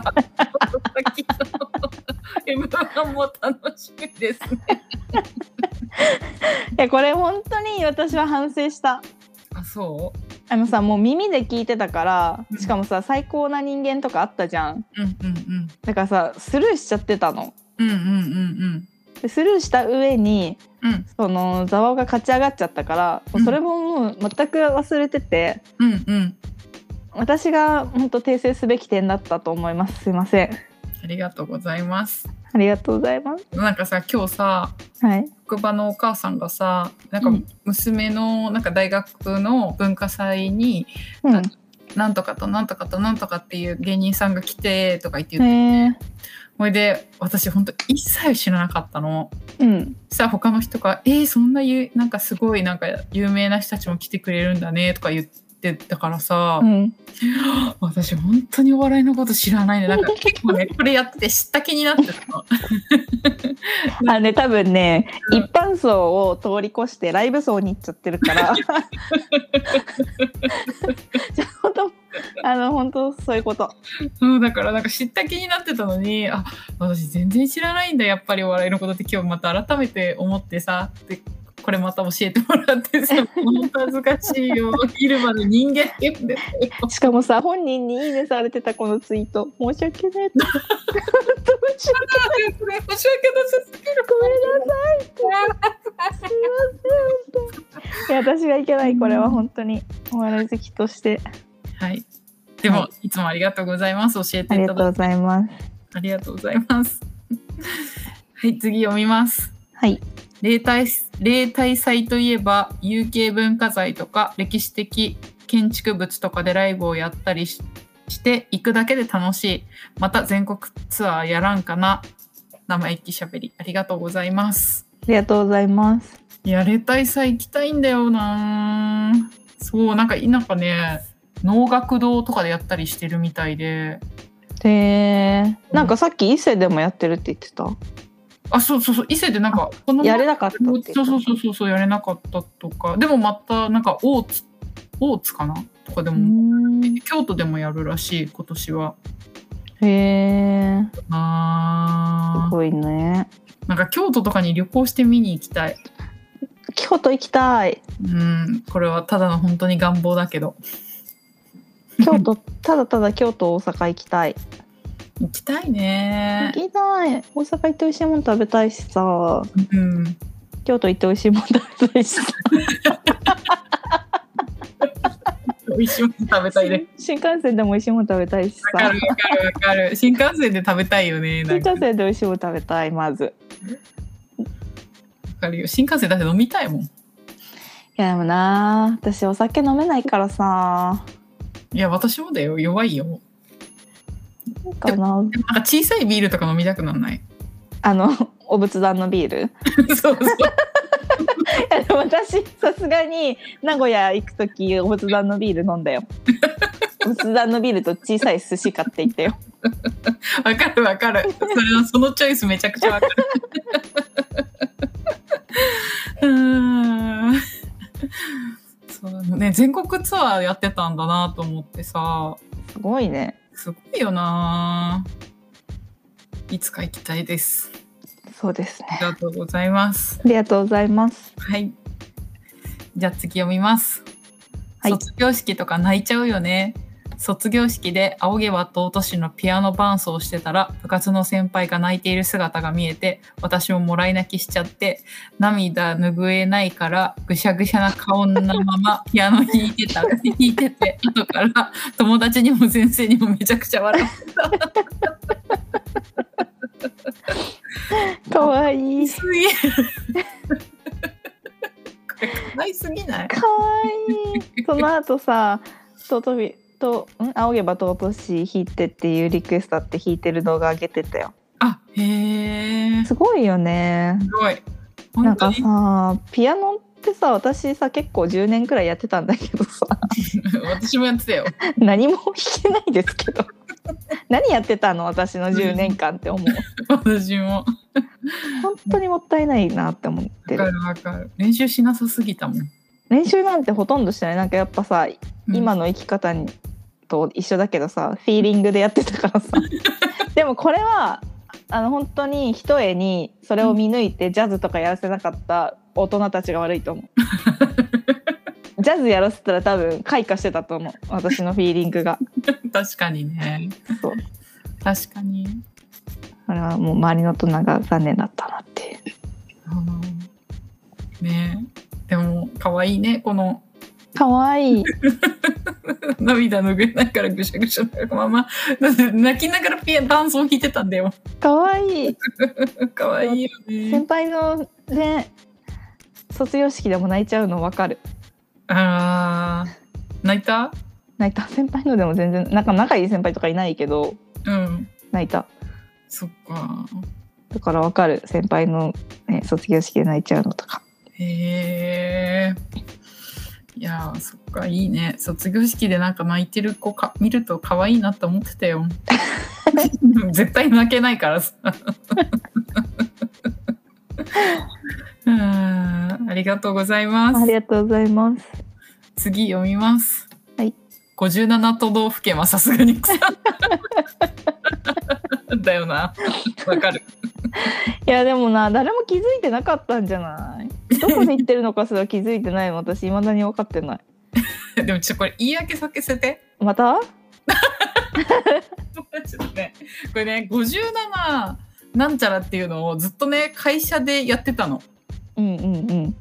Speaker 2: M1 も楽しみですね。
Speaker 1: やこれ本当に私は反省した
Speaker 2: あ、そう。
Speaker 1: あのさもう耳で聞いてたから
Speaker 2: うん
Speaker 1: しかもさ最高な人間とかあったじゃん
Speaker 2: うんうん
Speaker 1: だからさスルーしちゃってたの
Speaker 2: うん。うんうんうん
Speaker 1: でスルーした上に
Speaker 2: うん。うん
Speaker 1: そのざわが勝ち上がっちゃったからもうそれももう全く忘れてて、
Speaker 2: うんうん。
Speaker 1: 私が本当訂正すべき点だったと思いますすいません
Speaker 2: ありがとうございます。
Speaker 1: ありがとうございます
Speaker 2: なんかさ、今日さ、
Speaker 1: はい
Speaker 2: 職場のお母さんがさ、なん
Speaker 1: う
Speaker 2: か
Speaker 1: ん
Speaker 2: 娘のなんか大学の文化祭に、
Speaker 1: うん
Speaker 2: なんとかとなんとかとなんとかっていう芸人さんが来てとか言って言って、
Speaker 1: へえ
Speaker 2: ほいで私本当一切知らなかったの。
Speaker 1: うん
Speaker 2: そしたら他の人が「えー、そんなゆなんかすごいなんか有名な人たちも来てくれるんだね」とか言ってたからさ、
Speaker 1: うん
Speaker 2: 私本当にお笑いのこと知らないねなんか結構ねこれやってて知った気になってたの
Speaker 1: あね多分ね、
Speaker 2: うん
Speaker 1: 一般層を通り越してライブ層に行っちゃってるから じゃあ本当あの本当そういうこと
Speaker 2: うんだからなんか知った気になってたのにあ私全然知らないんだやっぱりお笑いのことって今日また改めて思ってさでこれまた教えてもらっ てさ本当恥ずかしいよいるまで人間って言うんだよ
Speaker 1: しかもさ本人に「いいね」されてたこのツイート申し訳ない本当申し訳
Speaker 2: これ申し訳なさすぎる
Speaker 1: ごめんなさいいや私がいけないこれは本当にお笑い好きとして
Speaker 2: はい。でも、、
Speaker 1: はい
Speaker 2: つもありがとうございます。教え
Speaker 1: あ
Speaker 2: て
Speaker 1: り
Speaker 2: い
Speaker 1: が
Speaker 2: た
Speaker 1: とうご
Speaker 2: だいて
Speaker 1: ざいます
Speaker 2: ありがとうございます。はい、次読みます。
Speaker 1: はい
Speaker 2: 例大例大祭といえば、有形文化財とか歴史的建築物とかでライブをやったりしして行くだけで楽しい。また全国ツアーやらんかな。生意気しゃべりありがとうございます。
Speaker 1: ありがとうございます
Speaker 2: いや、例大祭行きたいんだよなそう、なんか、なんかね、能楽堂とかでやったりしてるみたいで。
Speaker 1: でなんかさっき伊勢でもやってるって言ってた
Speaker 2: あ、そうそうそう、伊勢でなんか、この
Speaker 1: やれなかったって言って
Speaker 2: そ
Speaker 1: た
Speaker 2: うそうそうそうそう、やれなかったとか、でもまた、なんか、大津、大津かなとかで
Speaker 1: う
Speaker 2: も、
Speaker 1: ん
Speaker 2: 京都でもやるらしい、今年は。
Speaker 1: へえす
Speaker 2: あー
Speaker 1: ごいね
Speaker 2: なんか、京都とかに旅行して見に行きたい。
Speaker 1: 京都行きたい
Speaker 2: うん、これはただの本当に願望だけど。
Speaker 1: 京都 ただただ京都大阪行きたい
Speaker 2: 行きたいね
Speaker 1: 行。きたい大阪行って美味しいもの食べたいしさ
Speaker 2: うん。
Speaker 1: 京都行って美味しいもの食べたいしさ
Speaker 2: 美味しいもの食べたいね。
Speaker 1: 新幹線でも美味しいもの食べたいし
Speaker 2: わか
Speaker 1: さ
Speaker 2: るわかるわかる。新幹線で食べたいよね。
Speaker 1: 新
Speaker 2: なん
Speaker 1: 幹
Speaker 2: かわ
Speaker 1: 線で美味しいもの食べたいまず
Speaker 2: かるよ。新幹線だって飲みたいもん。
Speaker 1: いやでもな私お酒飲めないからさ
Speaker 2: いや、私もだよ。弱いよ。
Speaker 1: かな
Speaker 2: でもなんか小さいビールとか飲みたくなんない
Speaker 1: あのお仏壇のビール い
Speaker 2: そうそう。
Speaker 1: やでも私さすがに名古屋行く時お仏壇のビール飲んだ よお仏壇のビールと小さい寿司買っていったよ
Speaker 2: わかるわかる。それのそのチョイスめちゃくちゃわかる。 うーん。そうね、全国ツアーやってたんだなと思ってさ、
Speaker 1: すごいね
Speaker 2: すごいよな。いつか行きたいです。
Speaker 1: そうです
Speaker 2: あ
Speaker 1: ね
Speaker 2: りがとうございます。
Speaker 1: ありがとうございます
Speaker 2: はい。じゃあ次読みます。
Speaker 1: はい
Speaker 2: 卒業式とか泣いちゃうよね。卒業式で青毛羽と落としのピアノ伴奏をしてたら部活の先輩が泣いている姿が見えて私ももらい泣きしちゃって涙拭えないからぐしゃぐしゃな顔のままピアノ弾いてた弾いてて後から友達にも先生にもめちゃくちゃ笑ってた
Speaker 1: かわいい
Speaker 2: す げえこれ可愛すぎない
Speaker 1: かわいいその後さととびとん仰げば尊し弾いてっていうリクエストあって弾いてる動画上げてたよ
Speaker 2: あへえ。す
Speaker 1: すごいよね
Speaker 2: ごい。
Speaker 1: な
Speaker 2: 本
Speaker 1: ん
Speaker 2: 当
Speaker 1: か
Speaker 2: に。
Speaker 1: さピアノってさ私さ結構10年くらいやってたんだけどさ
Speaker 2: 私もやってたよ。
Speaker 1: 何も弾けないですけど 何やってたの私の10年間って思う
Speaker 2: 私も。
Speaker 1: 本当にもったいないなって思っ
Speaker 2: わ
Speaker 1: て
Speaker 2: か
Speaker 1: る
Speaker 2: るわかる。練習しなさすぎたもん。
Speaker 1: 練習なんてほとんどしてないなんかやっぱさ
Speaker 2: うん
Speaker 1: 今の生き方にと一緒だけどさフィーリングでやってたから さでもこれはあの本当に一重にそれを見抜いてジャズとかやらせなかった大人たちが悪いと思う ジャズやらせたら多分開花してたと思う私のフィーリングが
Speaker 2: 確かにね。
Speaker 1: そう
Speaker 2: 確かに。
Speaker 1: あれはもう周りの大人が残念だったなっていう
Speaker 2: うんねえでも可愛いねこの
Speaker 1: かわいい
Speaker 2: 涙拭えないからぐしゃぐしゃのま まだって泣きながらピアダンスを弾いてたんだよ
Speaker 1: かわいい
Speaker 2: 可愛いよね
Speaker 1: 先輩のね卒業式でも泣いちゃうの分かる
Speaker 2: あー泣いた
Speaker 1: 泣いた先輩のでも全然なんか仲いい先輩とかいないけど
Speaker 2: うん
Speaker 1: 泣いた
Speaker 2: そっか
Speaker 1: だからわかる先輩の、ね、卒業式で泣いちゃうのとか
Speaker 2: へえいやーそっかいいね卒業式でなんか泣いてる子か見ると可愛いなと思って たよ絶対泣けないからさうーんありがとうございます
Speaker 1: ありがとうございます
Speaker 2: 次読みます。
Speaker 1: はい。
Speaker 2: 五十七都道府県はさすがに 草。だよな。わかる。
Speaker 1: いやでもな誰も気づいてなかったんじゃ ないどこに行ってるのかすら気づいてない私いまだに分かってない
Speaker 2: でもちょっとこれ言い訳させて。
Speaker 1: また
Speaker 2: ちょっとね、これね、五十七なんちゃらっていうのをずっとね会社でやってたの。
Speaker 1: うんうんうん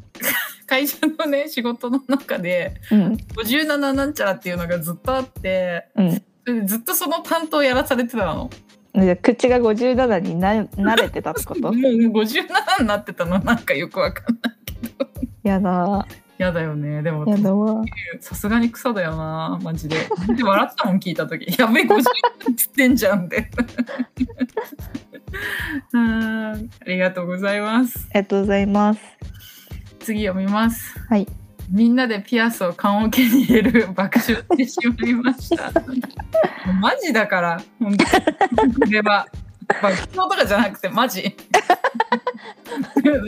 Speaker 2: 会社のね仕事の中で
Speaker 1: うん
Speaker 2: 五十七なんちゃらっていうのがずっとあって。
Speaker 1: うん
Speaker 2: それでずっとその担当やらされてたの。
Speaker 1: じゃあ口が57にな慣れてたってこ と
Speaker 2: もう五十七になってたのなんかよくわかんない。
Speaker 1: やだ
Speaker 2: やだよね。でも
Speaker 1: やだわ
Speaker 2: さすがに草だよなマジで。で笑ったもん聞いた時「やべえ50っつってんじゃん」って。 うーんありがとうございます。
Speaker 1: ありがとうございます
Speaker 2: 次読みます。
Speaker 1: はい
Speaker 2: みんなでピアスを棺桶に入れる爆笑してしまいま した。マジだから本当にこれは爆笑とかじゃなくて マジ。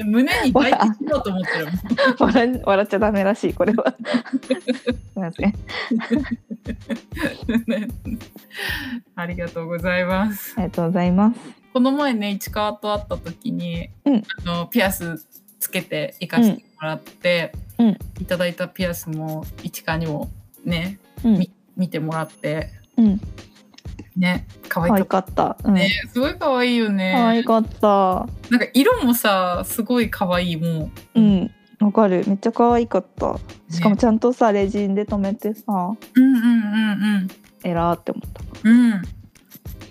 Speaker 2: 胸に抱いてしようと思ってるもん。
Speaker 1: 笑笑っちゃダメらしいこれ はすいません
Speaker 2: ありがとうございます。
Speaker 1: ありがとうございます
Speaker 2: この前ね市川と会った時に、
Speaker 1: うん
Speaker 2: あのピアスつけて行かせてもらって、
Speaker 1: うんうん
Speaker 2: いただいたピアスも市川にもね
Speaker 1: うん
Speaker 2: 見てもらって
Speaker 1: うん
Speaker 2: ね可愛
Speaker 1: 可愛
Speaker 2: かった
Speaker 1: かったうん
Speaker 2: ねすごい可愛いよね
Speaker 1: 可愛かった
Speaker 2: なんか色もさすごい可愛いも
Speaker 1: う
Speaker 2: う、
Speaker 1: んん、わかる。めっちゃ可愛かった。しかもちゃんとさ、レジンで止めてさ、
Speaker 2: うんうんうん
Speaker 1: えらーって思った。
Speaker 2: うんうん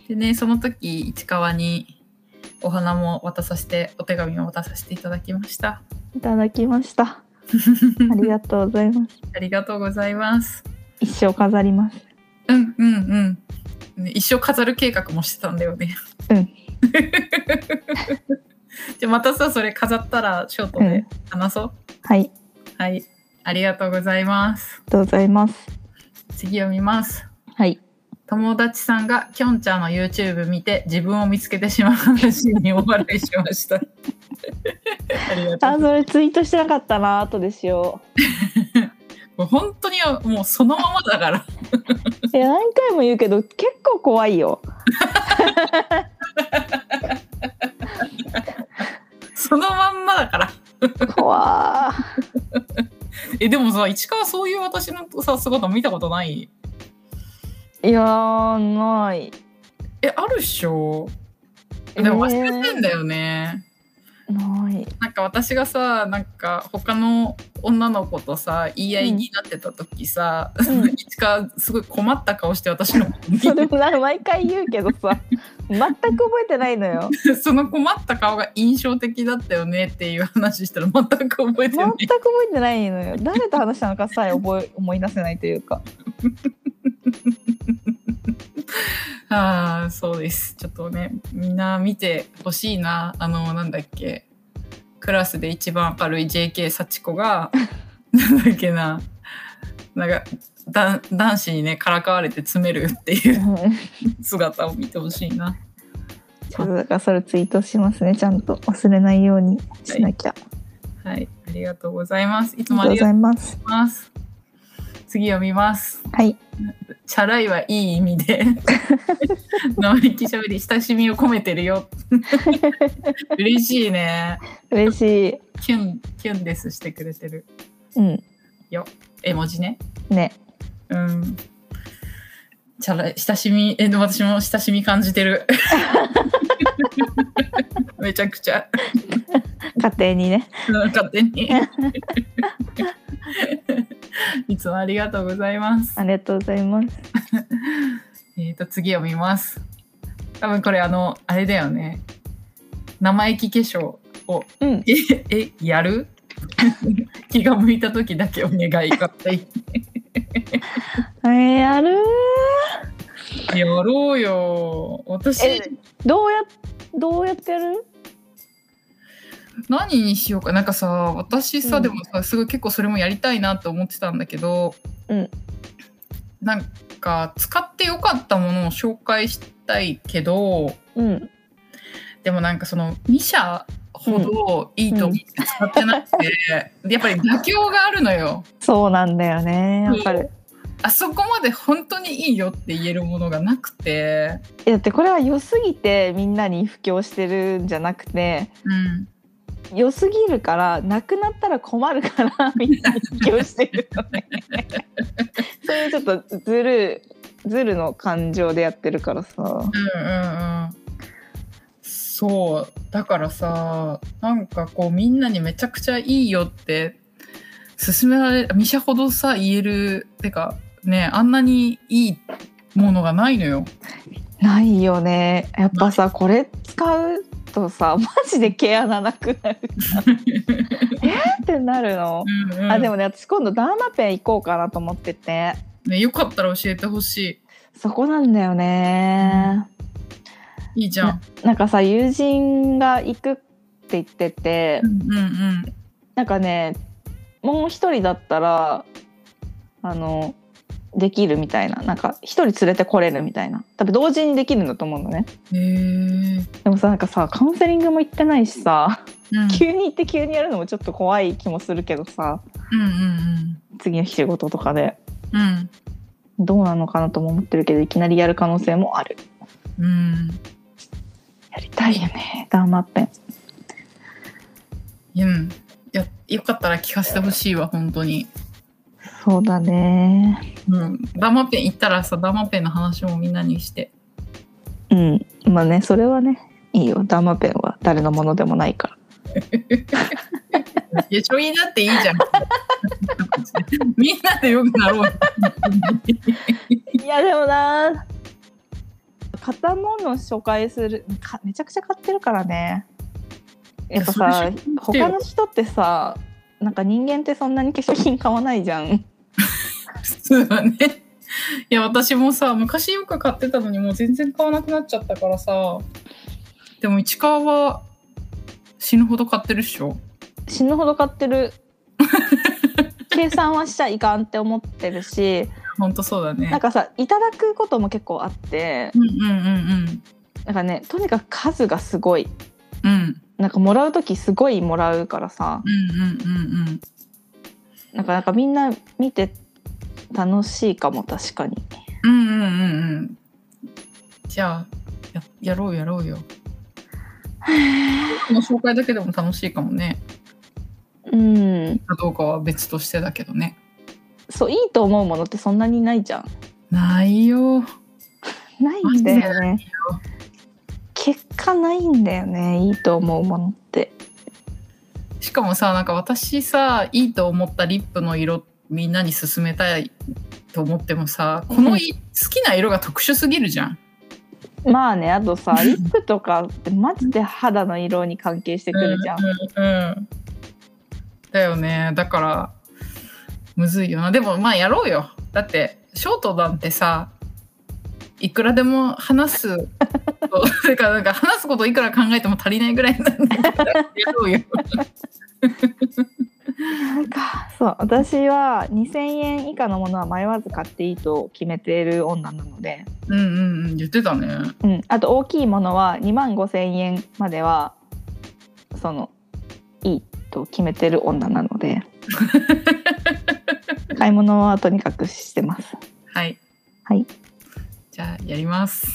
Speaker 2: でねその時市川にお花も渡させてお手紙も渡させていただきました
Speaker 1: いただきま した。ありがとうございます。
Speaker 2: ありがとうございます
Speaker 1: 一生飾ります。
Speaker 2: うんうんうん。ね一生飾る計画もしてたんだよね。
Speaker 1: うん。
Speaker 2: じゃあまたさそれ飾ったらショート
Speaker 1: うん
Speaker 2: で話そう。
Speaker 1: はい、あり
Speaker 2: はい。ありがとうございます。
Speaker 1: がとうございます。
Speaker 2: 次読みます。
Speaker 1: はい。
Speaker 2: 友達さんがきょんちゃんの YouTube 見て自分を見つけてしまう話にお笑いしま した。ありがと
Speaker 1: あ、
Speaker 2: う。
Speaker 1: それツイートしてなかったな、後でしよ
Speaker 2: もう本当にもうそのままだか
Speaker 1: う。
Speaker 2: ら。
Speaker 1: いや、何回も言うけど、結構怖いよ。
Speaker 2: そのまんまだから。
Speaker 1: 怖ー。
Speaker 2: え、でもさ、市川そういう私のさ、姿見たことない
Speaker 1: いやー、ない。
Speaker 2: え、あるっしょでも忘れてんだよね、
Speaker 1: ない。
Speaker 2: なんか私がさなんか他の女の子とさ言い合いになってた時さ、
Speaker 1: うん
Speaker 2: 一花すごい困った顔して私のこと見
Speaker 1: それ
Speaker 2: て
Speaker 1: もな毎回言うけど さ、全く覚えてないの よ。
Speaker 2: て その困った顔が印象的だったよねっていう話したら全く覚え て
Speaker 1: 全
Speaker 2: な
Speaker 1: く
Speaker 2: い
Speaker 1: 覚えてないのよ誰と話したのかさえ覚え思い出せないというか
Speaker 2: ああ、そうです。ちょっとね、みんな見てほしいな。あの、なんだっけ。クラスで一番明るい JK 幸子 が、なんだっけな。なんか、だ男子にね、からかわれて詰めるって いう姿を見てほしいな。
Speaker 1: ちょっとだからそれツイートしますねちゃんと忘れないようにしなきゃ、
Speaker 2: はい、ありがとうございます。い
Speaker 1: あ
Speaker 2: つ
Speaker 1: りが
Speaker 2: もあ
Speaker 1: とう
Speaker 2: り
Speaker 1: ござ
Speaker 2: がと
Speaker 1: います
Speaker 2: うございます。次読みます。
Speaker 1: はい
Speaker 2: チャラいはいい意味で生意気しゃべり親しみを込めてるよ嬉しいね
Speaker 1: 嬉しい
Speaker 2: キュンキュンですしてくれてる
Speaker 1: うん
Speaker 2: 絵文字ね
Speaker 1: ね
Speaker 2: うんチャラい親しみえでも私も親しみ感じてる めちゃくちゃ
Speaker 1: 家庭にね
Speaker 2: うん勝手に いつもありがとうございます
Speaker 1: ありがとうございます
Speaker 2: えー、と次読みます多分これあのあれだよね生意気化粧を
Speaker 1: うん
Speaker 2: ええやる 気が向いた時だけお願いかって
Speaker 1: えー、やるー
Speaker 2: やろうよ
Speaker 1: え
Speaker 2: 私
Speaker 1: どうやどうやってやる
Speaker 2: 何にしようかなんかさ私さ、
Speaker 1: うん
Speaker 2: でもさすごい結構それもやりたいなと思ってたんだけど、
Speaker 1: うん
Speaker 2: なんか使ってよかったものを紹介したいけど
Speaker 1: うん
Speaker 2: でもなんかその2社ほどいいと思って使ってなくて、でやっぱり妥協があるのよ。
Speaker 1: そうなんだよねわかる、
Speaker 2: あそこまで本当にいいよって言えるものがなくて、
Speaker 1: えだってこれは良すぎてみんなに布教してるんじゃなくて
Speaker 2: うん、
Speaker 1: 良すぎるからなくなったら困るからみんなに布教してるの ねそういうちょっとずるずるの感情でやってるからさ
Speaker 2: うんうんうんそうだからさなんかこうみんなにめちゃくちゃいいよって勧められミシャほどさ言えるてかねあんなにいいものがないのよ。
Speaker 1: ないよねやっぱさこれ使うとさマジで毛穴なく なるってなるの、
Speaker 2: うんうん
Speaker 1: あでもね私今度ダーマペン行こうかなと思ってて
Speaker 2: ね、よかったら教えてほし
Speaker 1: そこなんだよね、
Speaker 2: い。いいじゃん。
Speaker 1: なんかさ友人が行くって言ってて、
Speaker 2: うんうんうん。
Speaker 1: なんかねもう一人だったらあのできるみたいななんか一人連れてこれるみたいな多分同時にできるんだと思うのね
Speaker 2: へえ。
Speaker 1: でもさなんかさカウンセリングも行ってないしさ、
Speaker 2: うん
Speaker 1: 急に行って急にやるのもちょっと怖い気もするけどさ
Speaker 2: うんうん
Speaker 1: 次の日仕事とかで
Speaker 2: うん。
Speaker 1: どうなのかなとも思ってるけどいきなりやる可能性もある
Speaker 2: うん。うん。
Speaker 1: やりたいよねダーマペン
Speaker 2: うん。や、よかったら聞かせてほしいわ、本当に。
Speaker 1: そうだね
Speaker 2: うん。ダマペン行ったらさ、ダマペンの話もみんなにして。
Speaker 1: うんまあねそれはねいいよダーマペンは誰のものでもないから
Speaker 2: いや、ちょいだっていいじゃん。 みんなでよくなろう。
Speaker 1: いやでもな型物を紹介するかめちゃくちゃ買ってるからねやっぱ
Speaker 2: いやそ
Speaker 1: さ
Speaker 2: れ知ってよ
Speaker 1: 他の人ってさなんか人間ってそんなに化粧品買わないじゃん
Speaker 2: 普通はね。いや、私もさ、昔よく買ってたのに、もう全然買わなくなっちゃったからさ。でも、市川は死ぬほど買ってるっしょ。
Speaker 1: 死ぬほど買って る計算はしちゃいかんって思ってるし
Speaker 2: ほんとそうだね。
Speaker 1: なんかさいただくことも結構あって
Speaker 2: うんうんうん
Speaker 1: なんかねとにかく数がすごい
Speaker 2: うん。うん
Speaker 1: なんかもらう時すごいもらうからさ
Speaker 2: うんうんうんうん。
Speaker 1: なんかなんかみんな見て楽しいかも確 かに。
Speaker 2: うんうんうんうん。じゃあ、ややろうやろうよ。この紹介だけでも楽しいかもね。
Speaker 1: うん、
Speaker 2: かどうかは別としてだけどね。
Speaker 1: そういいと思うものってそんなにないじゃん。
Speaker 2: ないよ。
Speaker 1: ないんだよね。結果ないんだよね。いいと思うものって。
Speaker 2: しかもさ、なんか私さ、いいと思ったリップの色、みんなに勧めたいと思ってもさ、このい好きな色が特殊すぎるじゃん。
Speaker 1: まあね、あと さ、リップとかってマジで肌の色に関係してくるじゃん。
Speaker 2: うんうんうんだよねだからむずいよなでもまあやろうよだってショートなんてさいくらでも話すこと、それからなんか話すことをいくら考えても足りないぐらいなんだからやろうよ。
Speaker 1: なんかそう私は2,000円以下のものは迷わず買っていいと決めている女なので、
Speaker 2: うんうんうん言ってたね。
Speaker 1: うん、あと大きいものは2万5,000円まではそのいいと決めてる女なの で買い物はとにかくしてます。
Speaker 2: はい。
Speaker 1: はい。
Speaker 2: じゃあやります。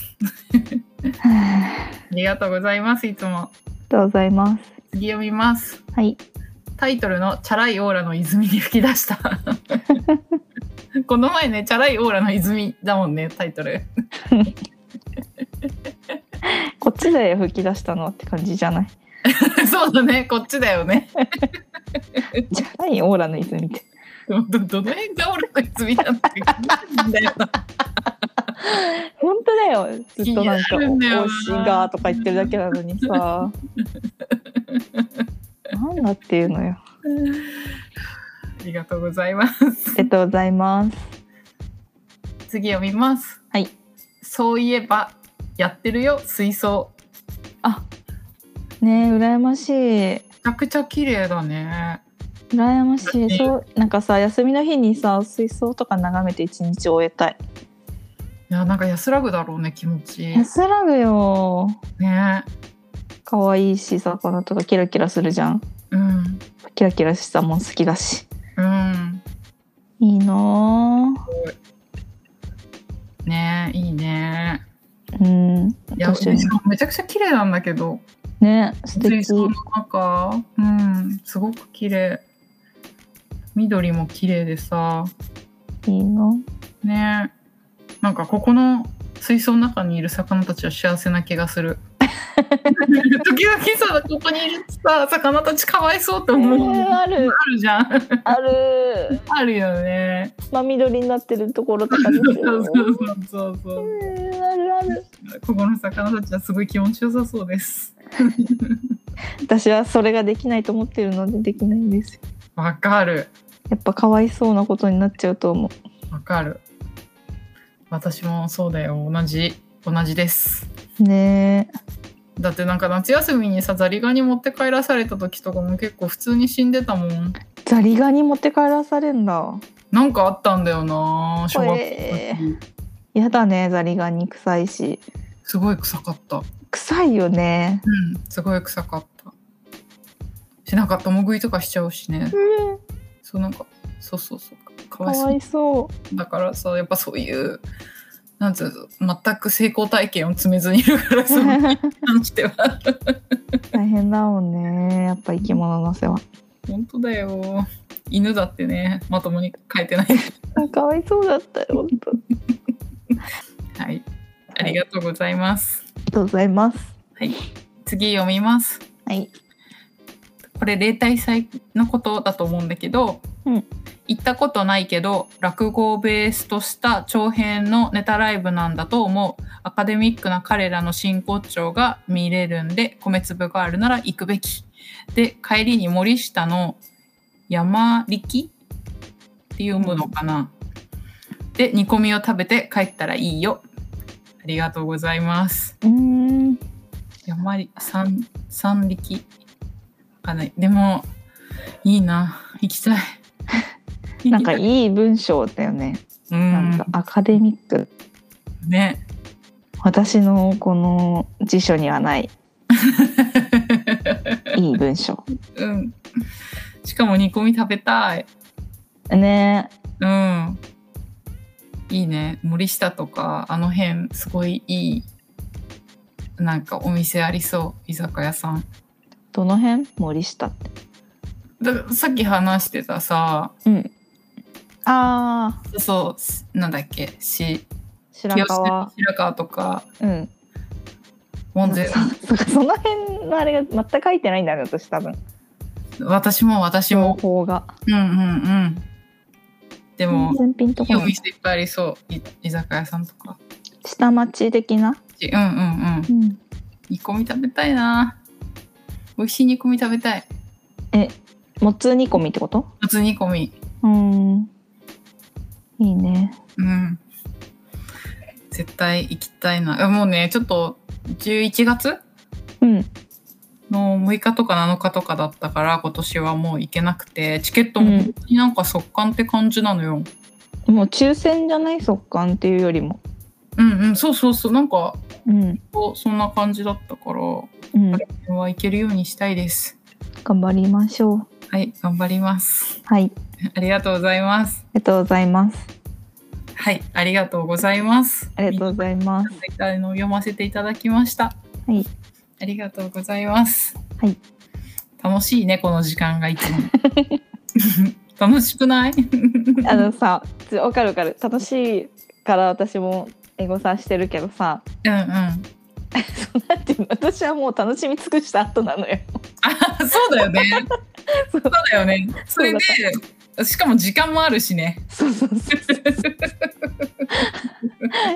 Speaker 2: ありがとうございます。いつも
Speaker 1: ありがとうございます。
Speaker 2: 次読みます。
Speaker 1: はい。
Speaker 2: タイトルの「チャラいオーラの泉に吹き出した」この前ね「チャラいオーラの泉」だもんねタイトル
Speaker 1: こっちで吹き出したのって感じじゃ ない。
Speaker 2: そうだねこっちだよね
Speaker 1: じゃないオーラの泉って。
Speaker 2: どどどの辺がオーラの泉だったか気になるんだよな
Speaker 1: 本当だよ。ずっとなんか
Speaker 2: 気になるんだよな
Speaker 1: 推しがとか言ってるだけなのに さ。なんだっていうのよ。
Speaker 2: ありがとうございます
Speaker 1: ありがとうございます。
Speaker 2: 次読みます
Speaker 1: はい
Speaker 2: そういえばやってるよ水槽
Speaker 1: あ、ねえ羨ましい。
Speaker 2: めちゃくちゃ綺麗だね
Speaker 1: 羨ましい。そうなんかさ休みの日にさ水槽とか眺めて一日終えたい。
Speaker 2: いやなんか安らぐだろうね気持ちいい
Speaker 1: 安らぐよ。
Speaker 2: ね
Speaker 1: 可愛いし魚とかキラキラするじゃん。
Speaker 2: うん
Speaker 1: キラキラしたもん好きだし。
Speaker 2: うん
Speaker 1: いいなあ
Speaker 2: ねいいね
Speaker 1: うん。
Speaker 2: いや
Speaker 1: 確かに
Speaker 2: しかもめちゃくちゃ綺麗なんだけど
Speaker 1: ね、素
Speaker 2: 水
Speaker 1: 敵。
Speaker 2: 槽の中うんすごく綺麗緑も綺麗でさ
Speaker 1: いいな。
Speaker 2: ねなんかここの水槽の中にいる魚たちは幸せな気が する時々さここにいるさ魚たちかわいそうって
Speaker 1: え
Speaker 2: 思う、
Speaker 1: ーある、
Speaker 2: あるじゃん
Speaker 1: ある。
Speaker 2: ある よね
Speaker 1: まあ、緑になってるところとかです
Speaker 2: そう
Speaker 1: よ。
Speaker 2: そうそうそううん
Speaker 1: あるある
Speaker 2: ここの魚たちはすごい気持ちよさそうです
Speaker 1: 私はそれができないと思ってるのでできないんですよ
Speaker 2: わかる
Speaker 1: やっぱかわいそうなことになっちゃうと思う
Speaker 2: わかる私もそうだよ同じ同じです
Speaker 1: ね
Speaker 2: だってなんか夏休みにさザリガニ持って帰らされた時とかも結構普通に死んでたもん
Speaker 1: えザリガニ持って帰らされんだ
Speaker 2: なんかあったんだよな小学校の時、
Speaker 1: えやだねザリガニ臭いし
Speaker 2: すごい臭かったうん
Speaker 1: 臭いよね
Speaker 2: すごい臭かったしなんか共食いとかしちゃうしね
Speaker 1: う
Speaker 2: そうなんかそうそうそうか
Speaker 1: ん
Speaker 2: わい
Speaker 1: か
Speaker 2: そ
Speaker 1: わ
Speaker 2: う
Speaker 1: いそ
Speaker 2: だからさやっぱそういうなんつうの全く成功体験を積めずにいるから
Speaker 1: う
Speaker 2: その関しては
Speaker 1: 大変だもんねやっぱ生き物の世話
Speaker 2: 本当だよ犬だってねまともに飼えてない
Speaker 1: あかわいそうだったよ本当に
Speaker 2: はいありがとうございます、
Speaker 1: ありがとうございます
Speaker 2: 次読みます
Speaker 1: はい
Speaker 2: これ例大祭のことだと思うんだけど、
Speaker 1: うん
Speaker 2: 行ったことないけど落語をベースとした長編のネタライブなんだと思うアカデミックな彼らの真骨頂が見れるんで米粒があるなら行くべきで帰りに森下の山力って読むのかな、で煮込みを食べて帰ったらいいよありがとうございます
Speaker 1: うーん
Speaker 2: 山り三三力わかんないでもいいな行きた い
Speaker 1: なんか
Speaker 2: 行き
Speaker 1: いい文章だよね
Speaker 2: たいう
Speaker 1: なん
Speaker 2: ん
Speaker 1: かアカデミック
Speaker 2: ね
Speaker 1: 私のこの辞書にはないいい文 章
Speaker 2: うんしかも煮込み食べたい
Speaker 1: ね
Speaker 2: うんいいね森下とかあの辺すごいいいなんかお店ありそう居酒屋さん
Speaker 1: どの辺森下って
Speaker 2: だからさっき話してたさ
Speaker 1: うんあー
Speaker 2: そうなんだっけし
Speaker 1: 白川
Speaker 2: 清志白川とか
Speaker 1: うん
Speaker 2: 門前
Speaker 1: そそその辺のあれが全く書いてないんだね私多分
Speaker 2: 私も私
Speaker 1: 情
Speaker 2: も
Speaker 1: 報が
Speaker 2: うんうんうん。でも、
Speaker 1: 全然ピンと
Speaker 2: いい
Speaker 1: こ
Speaker 2: お
Speaker 1: ない
Speaker 2: 店いっぱいありそう。い居酒屋さんとか。
Speaker 1: 下町的な
Speaker 2: うんうんうん。
Speaker 1: うん
Speaker 2: 煮込み食べたいな。美味しい煮込み食べたい。
Speaker 1: もつ煮込みってこと
Speaker 2: 夏煮込み。
Speaker 1: うーんいいね
Speaker 2: うん。絶対行きたいな。あもうね、ちょっと11月
Speaker 1: うん
Speaker 2: の6日とか7日とかだったから、今年はもう行けなくて、チケットも本当になんか速乾って感じなのよ。
Speaker 1: もう抽選じゃない速乾っていうよりも
Speaker 2: うん、うん、そうそうそう、なんか
Speaker 1: うん
Speaker 2: そうそんな感じだったから、こ
Speaker 1: うん
Speaker 2: れは行けるようにしたいです。
Speaker 1: 頑張りましょう
Speaker 2: はい、頑張ります。
Speaker 1: はいあり
Speaker 2: ありがとうございます。
Speaker 1: がとうございます
Speaker 2: はい、ありがとうございます。
Speaker 1: ありがとうござい ます
Speaker 2: あの読ませていただきました。
Speaker 1: はい。
Speaker 2: ありがとうございます。
Speaker 1: はい。
Speaker 2: 楽しいねこの時間がいつも。 楽しくない？
Speaker 1: あのさつわかるわかる楽しいから私もエゴサしてるけどさ
Speaker 2: うんうん。あ
Speaker 1: そうなんていうの私はもう楽しみ尽くした後なのよ
Speaker 2: そうだよね。
Speaker 1: そう
Speaker 2: そうだよね。それでしかも時間もあるしね。
Speaker 1: そうそうそう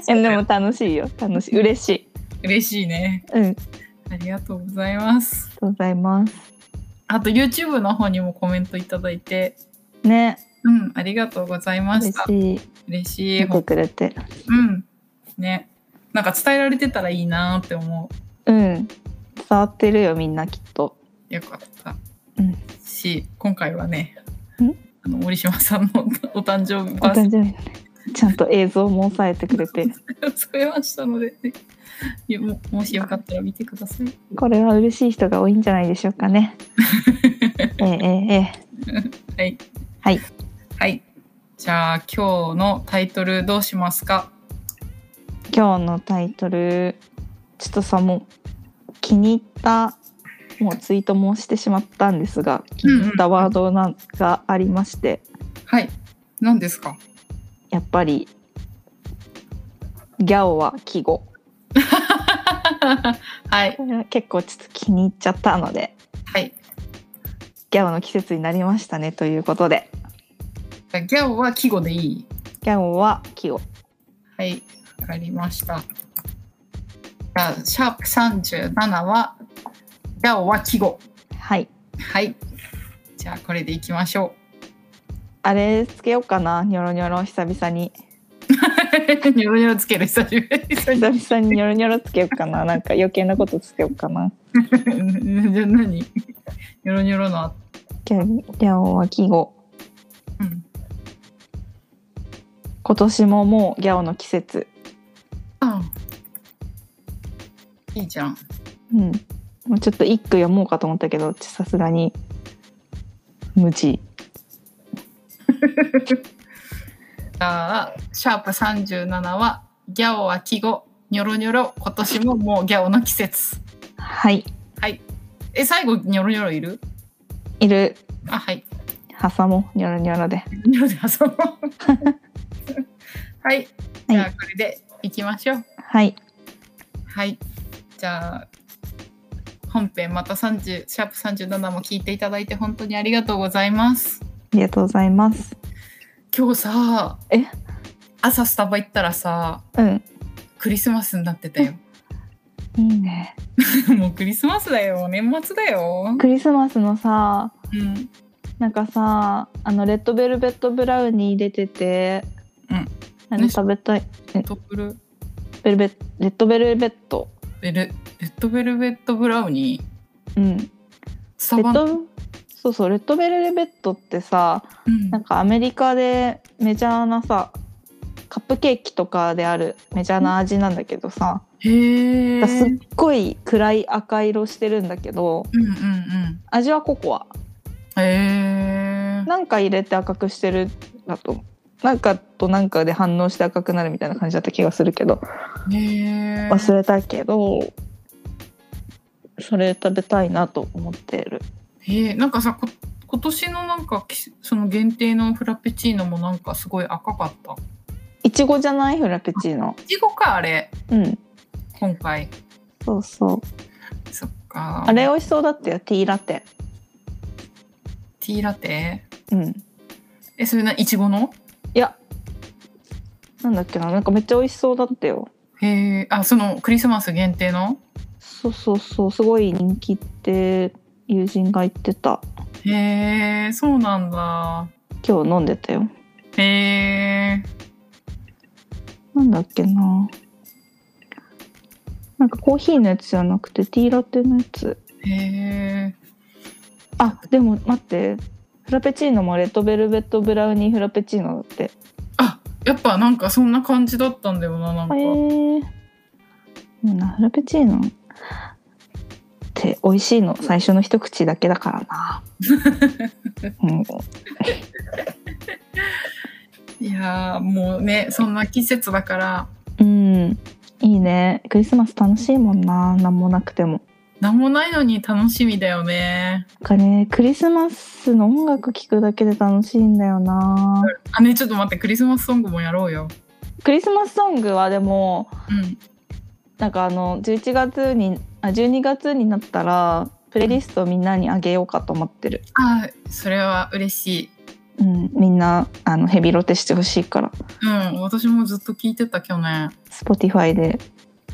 Speaker 1: えでも楽しいよ楽しい嬉しい
Speaker 2: 嬉しいね。
Speaker 1: うんあり
Speaker 2: ありがとうございます。
Speaker 1: がとうございます
Speaker 2: あと YouTube の方にもコメントいただいて、
Speaker 1: ね
Speaker 2: うんありがとうございまし
Speaker 1: 嬉
Speaker 2: た。
Speaker 1: しい
Speaker 2: 嬉しい
Speaker 1: 見。てくれて
Speaker 2: うん。ね。なんか伝えられてたらいいなーって思う。
Speaker 1: うん伝わってるよみんなきっと
Speaker 2: よかった。
Speaker 1: うん
Speaker 2: し、今回はね
Speaker 1: ん、
Speaker 2: あの森島さんのお誕生日
Speaker 1: お
Speaker 2: バー
Speaker 1: 誕生
Speaker 2: ス
Speaker 1: 日のねちゃんと映像も抑えてくれ て
Speaker 2: デーを添えましたので、ねいや も、もしよかったら見てください。
Speaker 1: これは嬉しい人が多いんじゃないでしょうか ねええええ
Speaker 2: はい。
Speaker 1: はい。
Speaker 2: はい。じゃあ、今日のタイトルどうしますか
Speaker 1: 今日のタイトルちょっとさもう気に入ったもうツイートもしてしまったんですが気に入ったワードなんがありまして
Speaker 2: はい。何です か
Speaker 1: やっぱり「ギャオは季語
Speaker 2: はい」。
Speaker 1: 結構ちょっと気に入っちゃったので
Speaker 2: はい。
Speaker 1: 「ギャオの季節になりましたね」ということで
Speaker 2: じゃあギャオは季語でいい
Speaker 1: 「ギャオは季語
Speaker 2: はい、わかりました。じゃあ、シャープ37は、ギャオは季語。」
Speaker 1: はい
Speaker 2: はい。じゃあ、これでいきましょ
Speaker 1: あれつけようかなニョロニョロ久々に
Speaker 2: う。 ニョロニョロつける、久しぶり。 久し
Speaker 1: 久々にニョロニョロつけようかななんか余計なことつけようかな
Speaker 2: ぶりじゃあ、何ニョロニョロの後、
Speaker 1: ギャギャオは季語
Speaker 2: うん。
Speaker 1: 今年ももうギャオの季節
Speaker 2: あいいじゃん。
Speaker 1: うん、もうちょっと一句読もうかと思ったけどちょさすがに無事
Speaker 2: じゃあ、シャープ37は、ギャオは季語、ニョロニョロ、今年ももうギャオの季節。
Speaker 1: はい
Speaker 2: え、最後、ニョロニョロいる
Speaker 1: いる
Speaker 2: あ、はい。
Speaker 1: 挟もうニョロニョロで
Speaker 2: ニョロで挟もう。はい。じゃ
Speaker 1: は
Speaker 2: あ、これでいきましょう。
Speaker 1: はい
Speaker 2: はい。じゃあ、本編また30、シャープ37も聞いていただいて本当にありがとうございます。
Speaker 1: ありがとうございます
Speaker 2: 今日さ、
Speaker 1: え
Speaker 2: 朝スタバ行ったらさ、
Speaker 1: うん
Speaker 2: クリスマスになってたよ。
Speaker 1: いいね
Speaker 2: もうクリスマスだよ。年末だよ。
Speaker 1: クリスマスのさ
Speaker 2: うん。
Speaker 1: なんかさあのレッドベルベットブラウニー出てて
Speaker 2: うん
Speaker 1: あれ食べたい
Speaker 2: トップル
Speaker 1: ベルベレッドベルベット
Speaker 2: ベル、レッドベルベットブラウニー、
Speaker 1: うん
Speaker 2: ス
Speaker 1: レ
Speaker 2: タ
Speaker 1: ッ
Speaker 2: バの、
Speaker 1: ドそうそうレッドベルベットってさ
Speaker 2: うん
Speaker 1: なんかアメリカでメジャーなさカップケーキとかであるメジャーな味なんだけどさ、
Speaker 2: へえ。
Speaker 1: すっごい暗い赤色してるんだけど
Speaker 2: うんうんうん。
Speaker 1: 味はココア
Speaker 2: へえ。
Speaker 1: なんか入れて赤くしてるだとなんかとなんかで反応して赤くなるみたいな感じだった気がするけど
Speaker 2: へえ。
Speaker 1: 忘れたけどそれ食べたいなと思っている
Speaker 2: へえなんかさこ今年のなんかきその限定のフラペチーノもなんかすごい赤かった
Speaker 1: いちごじゃないフラペチーノ
Speaker 2: いちごかあれ
Speaker 1: うん
Speaker 2: 今回
Speaker 1: そうそう
Speaker 2: そっか
Speaker 1: あれ美味しそうだったよティーラテ
Speaker 2: ティーラテ
Speaker 1: うん
Speaker 2: えそれないちごの
Speaker 1: いやなんだっけななんかめっちゃ美味しそうだったよ
Speaker 2: へえあそのクリスマス限定の
Speaker 1: そうそうそうすごい人気って友人が言ってた
Speaker 2: へえそうなんだ
Speaker 1: 今日飲んでたよ
Speaker 2: へえ
Speaker 1: なんだっけななんかコーヒーのやつじゃなくてティーラテのやつ
Speaker 2: へえ。
Speaker 1: あでも待ってフラペチーノもレッドベルベットブラウニーフラペチーノだって
Speaker 2: あ、やっぱなんかそんな感じだったんだよな、なんか。
Speaker 1: へえー、もうなフラペチーノって美味しいの最初の一口だけだからな、 うん、
Speaker 2: いやーもうね、そんな季節だから、
Speaker 1: うん、いいね。クリスマス楽しいもんな。なんもなくても。
Speaker 2: なんもないのに楽しみだよね。
Speaker 1: なんかね、クリスマスの音楽聴くだけで楽しいんだよな。
Speaker 2: あ、ね、ちょっと待って、クリスマスソングもやろうよ。
Speaker 1: クリスマスソングはでも、
Speaker 2: うん。
Speaker 1: なんかあの11月にあ12月になったらプレイリストをみんなにあげようかと思ってる。
Speaker 2: あー、それは嬉しい。
Speaker 1: うん、みんなあのヘビロテしてほしいから。
Speaker 2: うん、私もずっと聞いてた去年。
Speaker 1: Spotify で。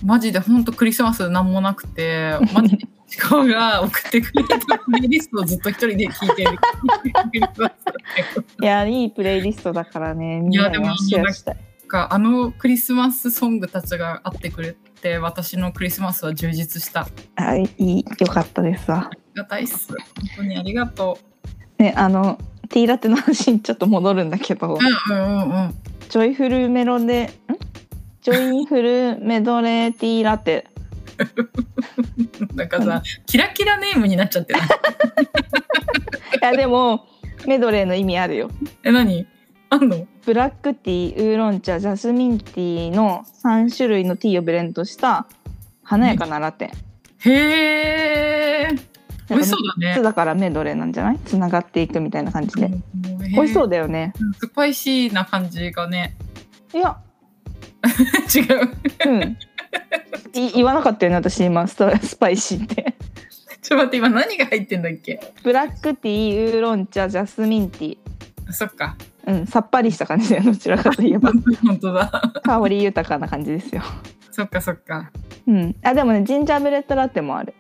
Speaker 2: マジでほんとクリスマスなんもなくて、マジで。石川が送ってくれたプレイリストをずっと一人で聞いてる。クリスマスだったよ
Speaker 1: いやいいプレイリストだからね。みんなにはシェアしたい。
Speaker 2: かあのクリスマスソングたちがあってくれて私のクリスマスは充実したあり
Speaker 1: はい、いいよかったですわ。
Speaker 2: がたいっす本当にありがと
Speaker 1: ねあのティーラテの話にちょっと戻るんだけど。
Speaker 2: ううんうんうんうん
Speaker 1: ジョイフルメロデんジョイフルメドレーティーラテ
Speaker 2: なんかさキラキラネームになっちゃってる
Speaker 1: いやでもメドレーの意味あるよ
Speaker 2: え何あんの
Speaker 1: ブラックティーウーロン茶ジャスミンティーの3種類のティーをブレンドした華やかなラテ
Speaker 2: へえ美味しそうだ
Speaker 1: 3つ
Speaker 2: ね
Speaker 1: だからメドレーなんじゃないつながっていくみたいな感じで美
Speaker 2: 美
Speaker 1: 味しそううだよね
Speaker 2: んスパイシーな感じがね
Speaker 1: いや
Speaker 2: 違う
Speaker 1: うんい言わなかったよね私今ストスパイシーって
Speaker 2: ちょっと待って今何が入ってんだっけ
Speaker 1: ブラックティーウーロン茶ジャスミンティー
Speaker 2: あそっか
Speaker 1: うんさっぱりした感じだよどちらかといえば
Speaker 2: 本当だ
Speaker 1: 香り豊かな感じですよ
Speaker 2: そっかそっか
Speaker 1: うん、あでもねジンジャーブレッドラテもある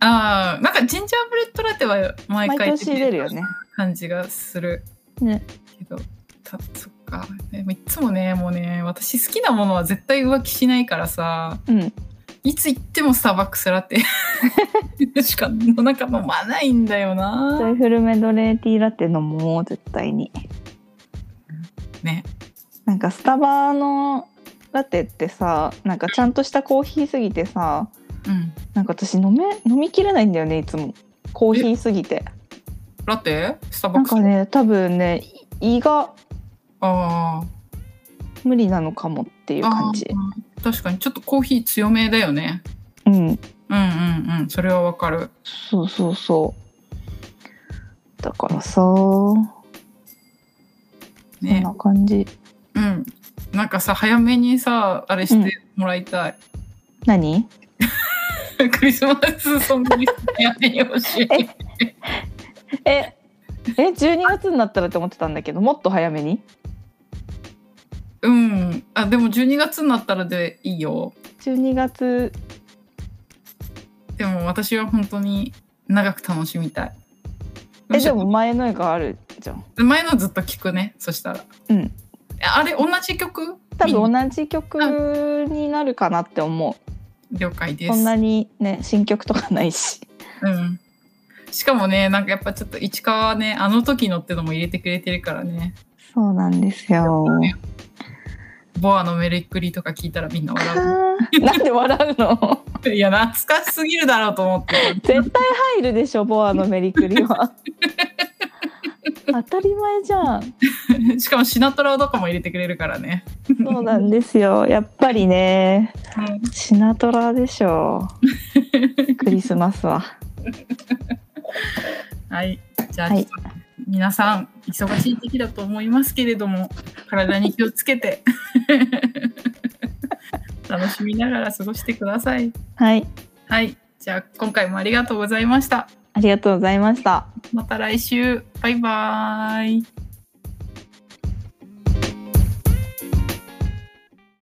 Speaker 2: あーなんかジンジャーブレッドラテは毎
Speaker 1: 毎
Speaker 2: 回
Speaker 1: 年
Speaker 2: て
Speaker 1: 出るよね
Speaker 2: 感じがする
Speaker 1: ね
Speaker 2: けどたそっかでもいつもねもうね私好きなものは絶対浮気しないからさ
Speaker 1: うん
Speaker 2: いつ行ってもスターバックスラ テしかもうなんか飲まないんだよ
Speaker 1: ジョ
Speaker 2: な
Speaker 1: イフルメドレーティーラテ飲もう絶対に
Speaker 2: ね
Speaker 1: なんかスタバのラテってさなんかちゃんとしたコーヒーすぎてさ
Speaker 2: うん
Speaker 1: なんか私飲め飲みきれないんだよねいつもコーヒーすぎて
Speaker 2: ラテスターバ
Speaker 1: なん
Speaker 2: ックス
Speaker 1: かね多分ねい胃が
Speaker 2: あ
Speaker 1: 無理なのかもっていう
Speaker 2: ー
Speaker 1: 感
Speaker 2: あ
Speaker 1: じ
Speaker 2: ー確かにちょっとコーヒー強めだよね
Speaker 1: うん
Speaker 2: うんうんうんそれはわかる
Speaker 1: そうそうそうだからさこん
Speaker 2: ね
Speaker 1: な感じ
Speaker 2: うんなんかさ早めにさあれしてもらいたい、
Speaker 1: 何
Speaker 2: クリスマスソングに早めに欲しい
Speaker 1: えええ12月になったらって思ってたんだけどもっと早めに
Speaker 2: うん。あ、でも12月になったらでいいよ。
Speaker 1: 12月
Speaker 2: でも私は本当に長く楽しみたい。
Speaker 1: えでも前の絵があるじゃん
Speaker 2: 前のずっと聞くね、そしたら。
Speaker 1: うん
Speaker 2: え。あれ、同じ曲
Speaker 1: 多分
Speaker 2: 同
Speaker 1: 同じ曲になるかなって思
Speaker 2: 了解で
Speaker 1: う
Speaker 2: す。
Speaker 1: そんなにね新曲とかないし
Speaker 2: うん。しかもね、なんかやっぱちょっと市川はね、あの時のってのも入れてくれてるからね。
Speaker 1: そうなんですよ
Speaker 2: ボアのメリクリとか聞いたらみんな
Speaker 1: あ
Speaker 2: 笑
Speaker 1: ー なんで笑うの
Speaker 2: う。いや、懐かしすぎるだろうと思って。
Speaker 1: 絶対入るでしょボアのメリクリは当たり前じゃん
Speaker 2: しかもシナトラとかも入れてくれるからね。
Speaker 1: そうなんですよやっぱりね
Speaker 2: うん
Speaker 1: シナトラでしょ クリスマスは
Speaker 2: はい、じゃあ、
Speaker 1: はい
Speaker 2: ちょっと皆さん忙しい時期だと思いますけれども、体に気をつけて 楽しみながら過ごしてください。
Speaker 1: はい
Speaker 2: はい、じゃあ今回もありがとうございました。
Speaker 1: ありがとうございました
Speaker 2: また来週。バイバーイ。